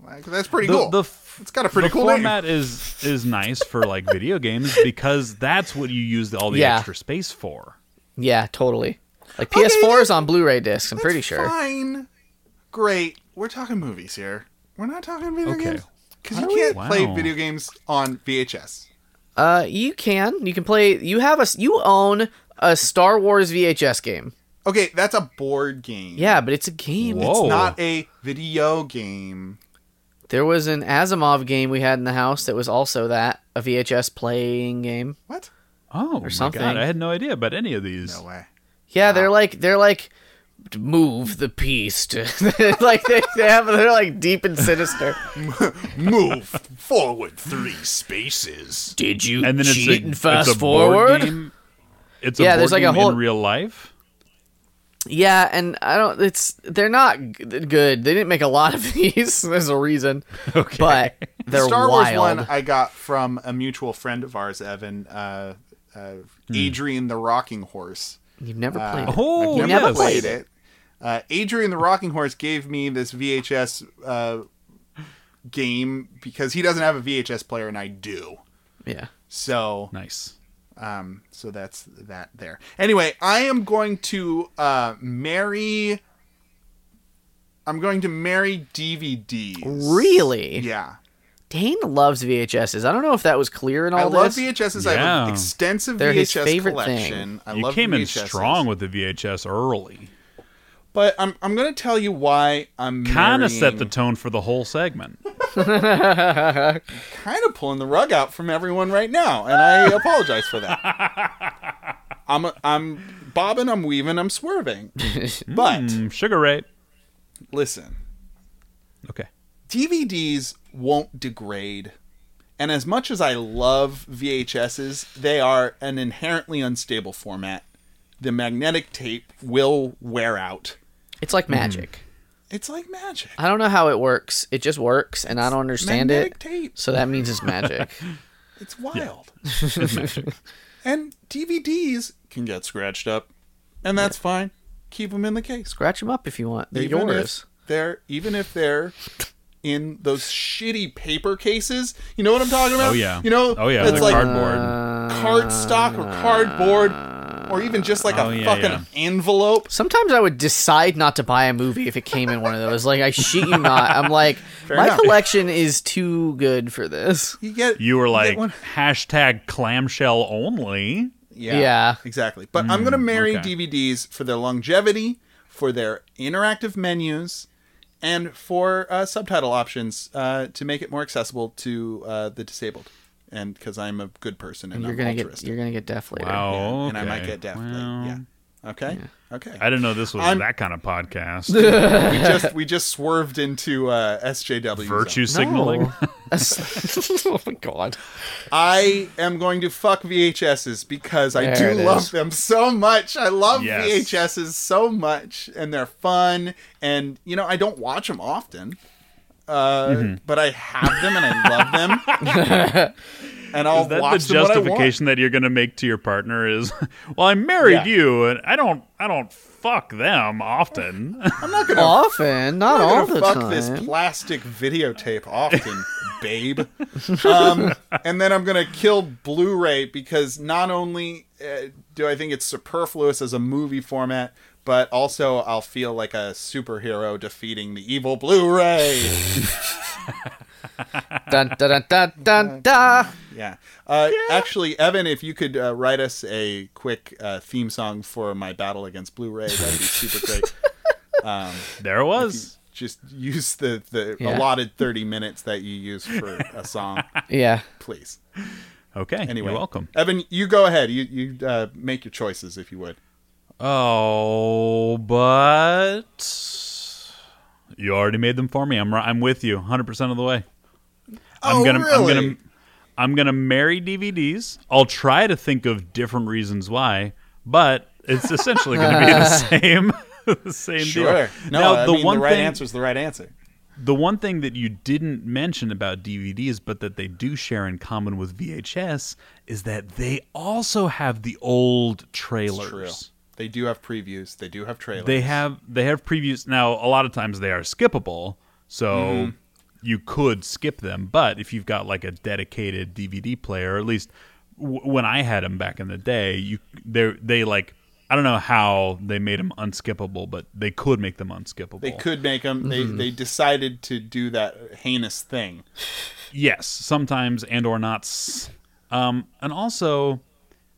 B: Like, that's pretty
A: The,
B: cool.
A: the f-
B: it's got a pretty
A: the
B: cool
A: format is is nice for like video games because that's what you use all the
C: Yeah.
A: extra space for.
C: Yeah, totally. Like PS4 is on Blu-ray discs. I'm
B: name.
C: pretty
B: That's
C: sure.
B: Fine. Great. We're talking movies here. We're not talking video
A: Okay.
B: games. Because you
C: Are we?
B: can't play
A: Wow.
B: video games on VHS.
C: Uh, you can. You can play. You have a. s- You own a Star Wars VHS game.
B: Okay, that's a board game.
C: Yeah, but it's a game.
A: Whoa.
B: It's not a video game.
C: There was an Asimov game we had in the house that was also that a VHS playing game.
B: What?
A: Oh my
C: something.
A: god, I had no idea about any of these.
B: No way.
C: Yeah, they're like they're like move the piece to like they, they have they're like deep and sinister.
B: Move forward three spaces.
C: Did you
A: and then it's
C: cheat
A: a,
C: and fast
A: it's a board
C: forward?
A: game. It's a
C: Yeah,
A: board
C: there's like a
A: game
C: whole-
A: in real life.
C: Yeah, and I don't. It's they're not g- good. They didn't make a lot of these. There's a reason. Okay, but they're
B: Star
C: wild.
B: Wars one uh, I got from a mutual friend of ours, Evan, uh, uh, Adrian the Rocking Horse.
C: You've never played. it.
A: Oh,
B: I've never
A: yes.
B: played it. Uh, Adrian the Rocking Horse gave me this VHS uh, game because he doesn't have a VHS player and I do.
C: Yeah.
B: So,
A: Nice.
B: um, so that's that there. Anyway, I am going to uh, marry. I'm going to marry DVDs.
C: Really?
B: Yeah.
C: Dane loves VHSs. I don't know if that was clear in all
B: I
C: this.
B: love VHSs. I have an
A: Yeah.
B: extensive
C: They're his
B: VHS
C: favorite
B: collection. I
A: you
B: love
A: came in
B: VHSs.
A: strong with the VHS early.
B: but I'm I'm gonna tell you why I'm
A: Kind of set
B: marrying-
A: the tone for the whole segment.
B: kind of pulling the rug out from everyone right now, and I apologize for that. I'm I'm bobbing, I'm weaving, I'm swerving. But
A: Mm, Sugar Ray.
B: listen,
A: Okay.
B: DVDs won't degrade. And as much as I love VHSs, they are an inherently unstable format. The magnetic tape will wear out.
C: It's like magic.
A: Hmm.
B: It's like magic.
C: I don't know how it works. It just works, and I don't understand
B: magnetic
C: it.
B: tape.
C: So that means it's magic.
B: It's wild. and DVDs can get scratched up, and that's fine. Keep them in the case.
C: Scratch them up if you want. They're
B: Even if
C: yours.
B: they're even if they're in those shitty paper cases. You know what I'm talking about?
A: Oh yeah.
B: You know?
A: Oh yeah.
B: It's
A: the
B: like
A: cardboard.
B: Uh, cardstock or cardboard, or even just like
A: Oh,
B: a
A: yeah,
B: fucking
A: yeah.
B: envelope.
C: Sometimes I would decide not to buy a movie if it came in one of those. Like I shit you not. I'm like, my
B: enough.
C: collection is too good for this.
B: You get
A: you were
B: get
A: like
B: one-
A: hashtag clamshell only.
B: Yeah.
C: Yeah.
B: Exactly. But I'm going to marry
A: Hmm, okay.
B: DVDs for their longevity, for their interactive menus, and for uh, subtitle options uh, to make it more accessible to uh, the disabled. And because I'm a good person and
C: You're
B: I'm
C: gonna get
B: altruistic.
C: you're gonna get deaf later.
A: Wow.
B: and I might
A: okay.
B: get deaf. like,
A: Well,
B: yeah. Okay. Okay.
A: I didn't know this was
B: I'm-
A: that kind of podcast.
B: we just we just swerved into uh, SJW.
A: Virtue
C: No.
A: signaling.
C: That's- oh my god.
B: I am going to fuck VHSs because I
C: There
B: do
C: it
B: love
C: is.
B: them so much. I love
A: Yes.
B: VHSs so much, and they're fun. And you know, I don't watch them
A: Mm-hmm.
B: often, uh, but I have them and I love them. and I'll
A: Is that
B: watch
A: the
B: them what I want.
A: justification that you're going to make to your partner? Is well, I married
B: Yeah.
A: you, and I don't, I don't fuck them often.
C: often, not
B: I'm
C: all
B: gonna
C: the
B: fuck
C: time.
B: this plastic videotape often, babe. Um, and then I'm gonna kill Blu-ray because not only uh, do I think it's superfluous as a movie format, but also I'll feel like a superhero defeating the evil Blu-ray.
C: dun, dun, dun, dun, dun, dun.
B: Yeah. Uh, Actually, Evan, if you could uh, write us a quick uh, theme song for my battle against Blu-ray, that'd be super great.
A: there it was.
B: Just use the, the
C: Yeah.
B: allotted 30 minutes that you use for a song,
C: Yeah.
B: please.
A: Okay.
B: Anyway,
A: you're welcome.
B: Evan, you go ahead. You, you uh, make your choices if you would.
A: Oh, but you already made them for me. I'm ri- I'm with you 100% of the way. I'm
B: Oh,
A: gonna I'm
B: really?
A: gonna I'm gonna marry DVDs. I'll try to think of different reasons why, but it's essentially gonna be the same the same deal.
B: No,
A: now
B: I
A: the
B: mean,
A: one
B: the right
A: thing
B: answer is the right answer.
A: the one thing that you didn't mention about DVDs, but that they do share in common with VHS, is that they also have the old trailers.
B: True. They do have previews. They do have trailers.
A: They have they have previews now. A lot of times they are skippable, so
B: Mm-hmm.
A: you could skip them. But if you've got like a dedicated DVD player, or at least w- when I had them back in the day, you they they like I don't know how they made them unskippable, but they could make them unskippable.
B: They could make them. They, they decided to do that heinous thing.
A: Yes, sometimes and or not. Um, and also,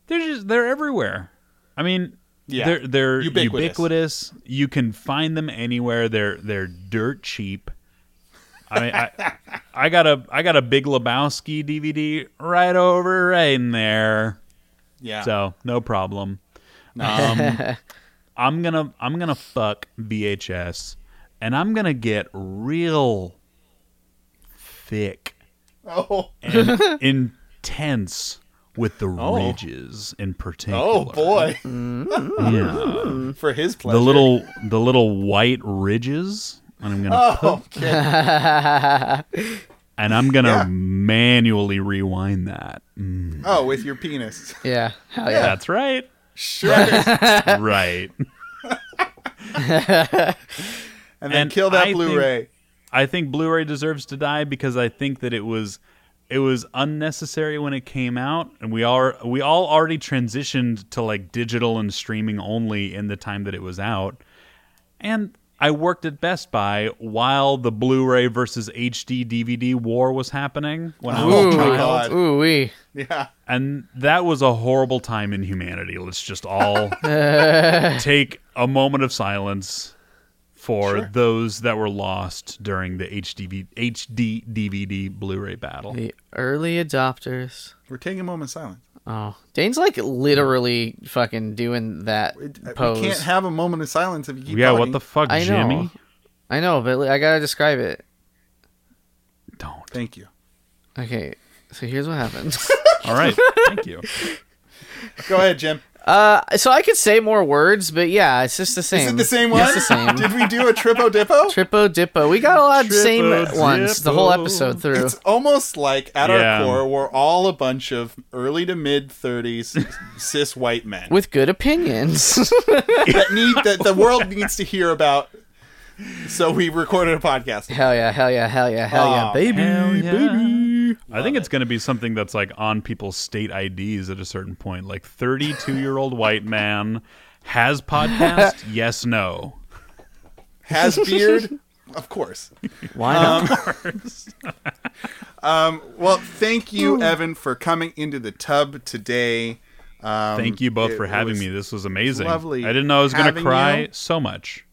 A: they're just they're everywhere. I mean,
B: Yeah.
A: they're they're
B: Ubiquitous.
A: ubiquitous. You can find them anywhere. They're they're dirt cheap. I mean, I, I got a I got a Big Lebowski DVD right over right in there,
B: Yeah.
A: so no problem. Um, I'm gonna I'm gonna fuck VHS, and I'm gonna get real thick
B: Oh.
A: intense with the ridges in particular.
B: Oh boy! Mm-hmm. For his pleasure.
A: The little the little white ridges. And I'm
B: Oh,
A: gonna
B: Okay.
A: and I'm gonna
B: Yeah.
A: manually rewind that.
B: Oh, with your penis.
C: Yeah. Hell yeah.
A: That's right.
B: Shredders.
A: right.
B: And then
A: And
B: kill that
A: I
B: Blu-ray.
A: I think Blu-ray deserves to die because I think that it was it was unnecessary when it came out, and we are we all already transitioned to like digital and streaming only in the time that it was out. And I worked at Best Buy while the Blu-ray versus HD DVD war was happening when I was
B: Oh
A: a
C: Ooh.
B: my
A: child.
B: God.
C: Ooh wee.
B: Yeah.
A: And that was a horrible time in humanity. Let's just all take a moment of silence for those that were lost during the HD, HD DVD Blu ray battle.
C: The early adopters.
B: We're taking a moment of silence.
C: Oh, Dane's like literally fucking doing that
B: We
C: pose.
B: can't have a moment of silence if you keep
A: Yeah,
B: talking.
A: what the fuck,
C: I know.
A: Jimmy?
C: I know, but I gotta describe it.
A: Don't.
B: Thank you.
C: Okay, so here's what happens.
A: All right. Thank you.
B: Go ahead, Jim.
C: uh, so I could say more words, but yeah, it's just the same.
B: Is it the same one?
C: It's the same.
B: Did we do a tripo dippo?
C: Tripo Dippo. We got a lot of same
A: Tripo
C: ones the whole
A: Dippo.
C: episode through.
B: It's almost like at
A: Yeah.
B: our core, we're all a bunch of early to mid 30s cis white men
C: With good opinions.
B: that need that the world needs to hear about. So we recorded a podcast.
C: hell yeah, hell yeah, hell yeah, hell yeah,
B: Aw,
C: baby,
A: Hell yeah.
C: baby.
A: I think it's going to be something that's like on people's state IDs at a certain point. Like 32 year old white man has podcast? yes, no.
B: Has beard, of course.
C: Why not?
B: Well, thank
C: Oh.
B: you, Evan, for coming into the tub today. Um,
A: Thank you both
B: it
A: for having
B: was
A: me. This was amazing.
B: lovely
A: I didn't know I was going to
B: having
A: cry
B: you.
A: so much.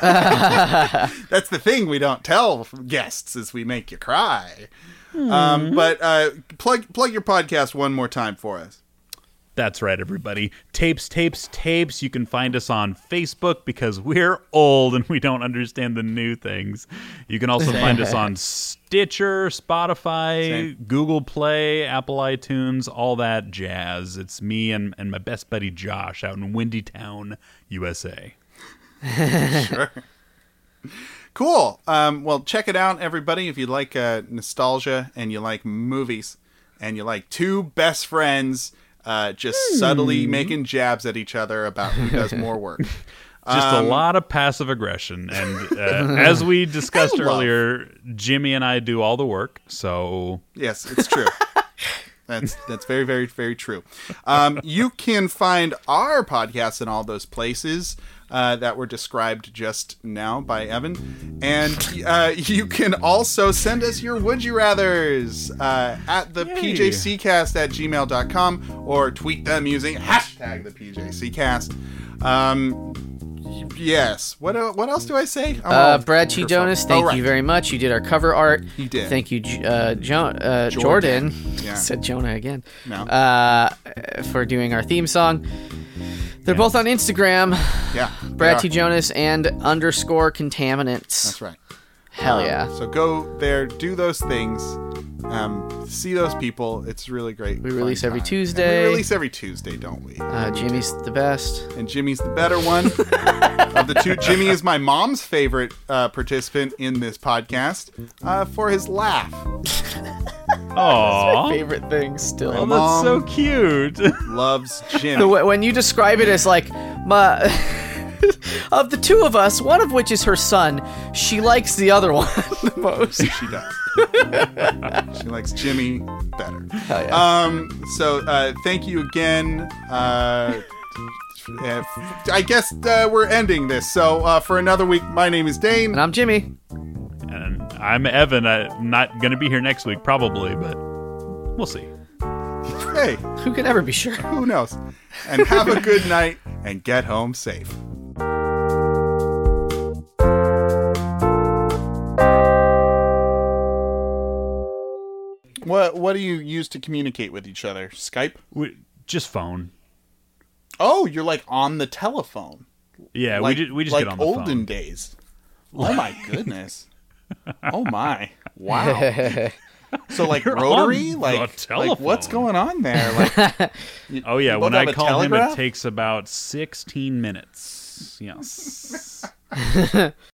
B: That's the thing we don't tell guests is we make you cry.
C: Hmm.
B: Um, but uh, plug plug your podcast one more time for us.
A: That's right, everybody. Tapes, tapes, tapes. You can find us on Facebook because we're old and we don't understand the new things. You can also find us on Stitcher, Spotify, Google Play, Apple iTunes, all that jazz. It's me and, and my best buddy Josh out in Windy Town, USA.
B: Cool. Um, well, check it out, everybody, if you like uh, nostalgia and you like movies. and you like two best friends uh, just subtly making jabs at each other about who does more work.
A: Just
B: Um,
A: a lot of passive aggression, and uh, as we discussed
B: And love.
A: earlier, Jimmy and I do all the work. So
B: Yes, it's true. that's that's very very very true. Um, you can find our podcast in all those places. Uh, that were described just now by Evan. And uh, you can also send us your Would You Rathers uh, at the
A: Yay.
B: PJCcast at gmail.com or tweet them using hashtag the PJCcast. Um, y- yes. What, el- what else do I say? I'm
C: Uh,
B: all-
C: Brad G. Jonas,
B: Oh,
C: thank
B: right.
C: you very much. You did our cover art.
B: You did.
C: Thank you, J- uh, jo- uh, Jordan.
B: Yeah.
C: Said Jonah again.
B: No.
C: Uh, for doing our theme song. They're both on Instagram,
B: Yeah.
C: Brad T.
B: they are.
C: Jonas and underscore contaminants.
B: That's right.
C: Hell
B: Um,
C: yeah.
B: So go there, do those things, um, see those people. It's really great.
C: We
B: fun
C: release every
B: time.
C: Tuesday.
B: And we release every Tuesday, don't we?
C: Uh, Jimmy's the best.
B: And Jimmy's the better one of the two. Jimmy is my mom's favorite uh, participant in this podcast uh, for his laugh.
A: Aw.
C: Favorite thing still.
A: Oh, that's so cute.
B: Loves
C: The
B: Jimmy.
C: w- when you describe it as like my of the two of us, one of which is her son, she likes the other one the most.
B: she does. she likes Jimmy better.
C: Hell yeah.
B: Um, so uh, thank you again. Uh, uh, I guess uh, we're ending this. So uh, for another week, my name is Dane.
C: and I'm Jimmy.
A: and I'm Evan. I'm not going to be here next week, probably, but we'll see.
B: hey,
C: Who can ever be sure?
B: who knows? And have a good night and get home safe. What what do you use to communicate with each other? Skype?
A: We, just phone.
B: Oh, you're like on the telephone.
A: Yeah,
B: Like,
A: we just, we just
B: like
A: get on the
B: olden
A: phone.
B: days. Oh my goodness. oh my. Wow. So like
A: You're on
B: rotary?
A: the
B: Like, like what's
A: telephone.
B: going on there? Like
A: Oh yeah,
B: both
A: when
B: have
A: I
B: a
A: call him,
B: telegraph?
A: it takes about 16 minutes. Yes.